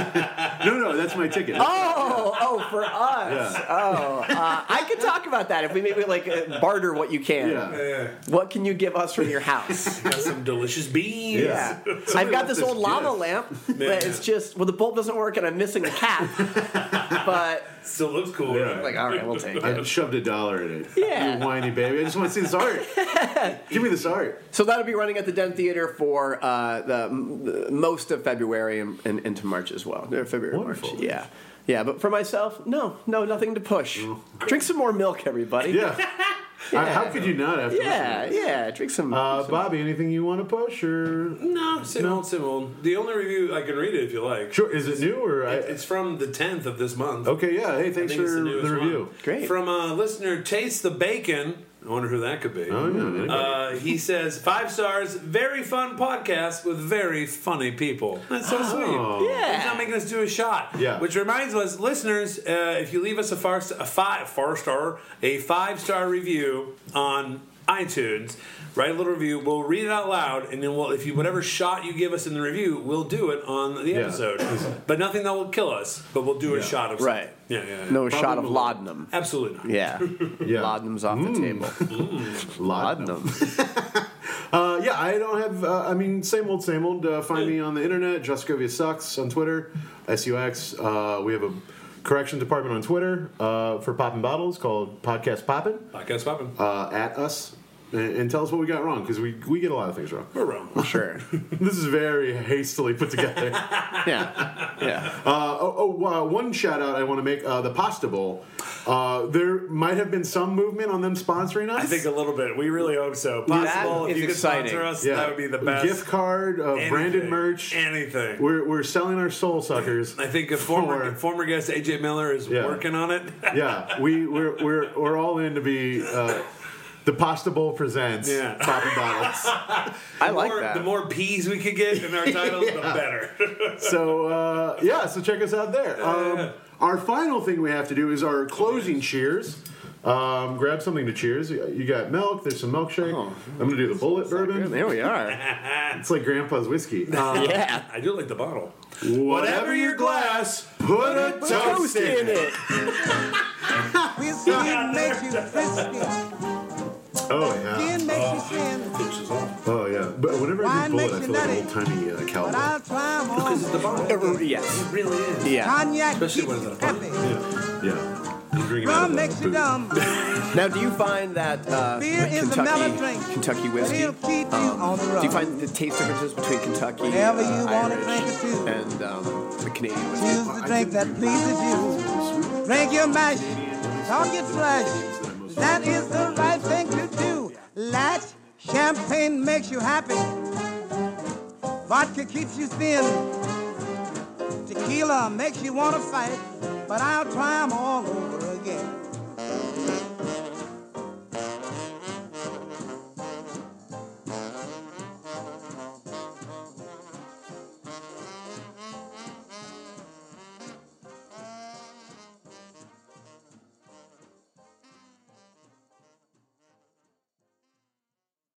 No, no, that's my ticket.
Oh, oh, for us.
Yeah.
Oh, uh, I could talk about that if we maybe like uh, barter what you can.
yeah.
What can you give us from your
*laughs*
house?
Got some delicious beans.
Yeah, I've
left
got this
this
old lava
gift. *laughs*
lamp that it's just well the bulb doesn't work and I'm missing the cap, but
Still looks cool.
Yeah.
Right?
like all right, we'll take
I
it.
shoved a dollar in it.
Yeah.
You whiny baby. I just want to see this art.
*laughs*
Give me this art.
So that'll be running at the Den Theater for uh, the, m- the most of February and, and into March as well. Or February,
Wonderful.
March, yeah, yeah. But for myself, no, no, nothing to push.
Mm.
Drink some more milk, everybody.
Yeah. Uh, how could you not after
yeah,
listening to this?
yeah. Drink some.
Uh,
some-
Bobby, anything you want to push or
No, same old, same old. The only review I can read it if you like.
sure? Is it new or I,
It's from the 10th of this month.
okay? Yeah. Hey,
I think
thanks for
it's the
the,
newest one.
review.
Great.
From uh, listener Taste the Bacon. I wonder who that could be.
Oh yeah. anyway.
Uh, he says five stars, very fun podcast with very funny people. That's so sweet.
Yeah.
he's not making us do a shot.
Oh. Yeah.
which reminds us, listeners, uh, if you leave us a, far, a five far star a five star review on iTunes, write a little review. We'll read it out loud, and then we'll if you whatever shot you give us in the review, we'll do it on the episode. but nothing that will kill us. But we'll do a shot of something.
Right.
Yeah, yeah, yeah.
No, a shot of
Probably.
laudanum.
absolutely not.
Yeah.
yeah. Mm. Hmm.
Laudanum's off the table.
Laudanum.
Laudanum.
Uh, yeah, I don't have. Uh, I mean, same old, same old. Uh, find me on the internet, Juscovia sucks on Twitter, S U X. Uh, we have a correction department on Twitter uh, for popping bottles called Podcast Poppin.
Podcast popping.
Uh, at us and, and tell us what we got wrong because we we get a lot of things wrong. *laughs*
We're wrong.
Sure.
this is very hastily put together. *laughs*
Yeah. Yeah.
Uh, oh, oh, uh, one shout out I want to make uh, the Pasta Bowl. Uh, there might have been some movement on them sponsoring us.
I think a little bit. We really hope so.
That
Possible. if
is
you could
exciting.
sponsor us, that would be the best.
Gift card, uh,
Anything.
branded merch.
anything.
We're, we're selling our soul suckers.
I think a former
For-
former guest AJ Miller is
Yeah.
working on it.
*laughs* yeah, we we're we're, we're all in to be uh, the Pasta Bowl presents
Yeah.
popping bottles.
*laughs*
I like
More-
that.
The more P's we could get in our
*laughs*
titles, the better. *laughs*
So uh, yeah, so check us out there. Um, our final thing we have to do is our closing cheers. Um, grab something to cheers. You got milk. There's some milkshake. I'm gonna do the bullet bourbon.
there we are.
It's like Grandpa's whiskey. Uh,
Yeah.
I do like the bottle.
whatever your glass, put a toast in it.
Whiskey makes you frisky.
Oh yeah.
Gin makes you sin.
But whenever I
Wine
do Bullet, I
makes
feel
you
like
nutty,
an old timey uh,
But
cowboy.
I'll try 'em all.
yes.
It really is.
Yeah.
Cognac
Especially
keeps
when
you
it's at a
happy.
Yeah. I'm drinking out
Rum
of the
makes you
booth.
dumb.
Now, do you find that uh,
Beer is the mellow drink.
Kentucky, Kentucky whiskey?
It'll keep you on
Um,
the
do you
road.
find the taste differences between Kentucky,
Whenever
uh,
you wanna
Irish,
drink a few.
and um, the Canadian whiskey?
Choose the drink that pleases you. Drink your mash, talk your trash. That is the right thing to do. Latch, champagne makes you happy. Vodka keeps you thin. Tequila makes you want to fight, but I'll try 'em all over again.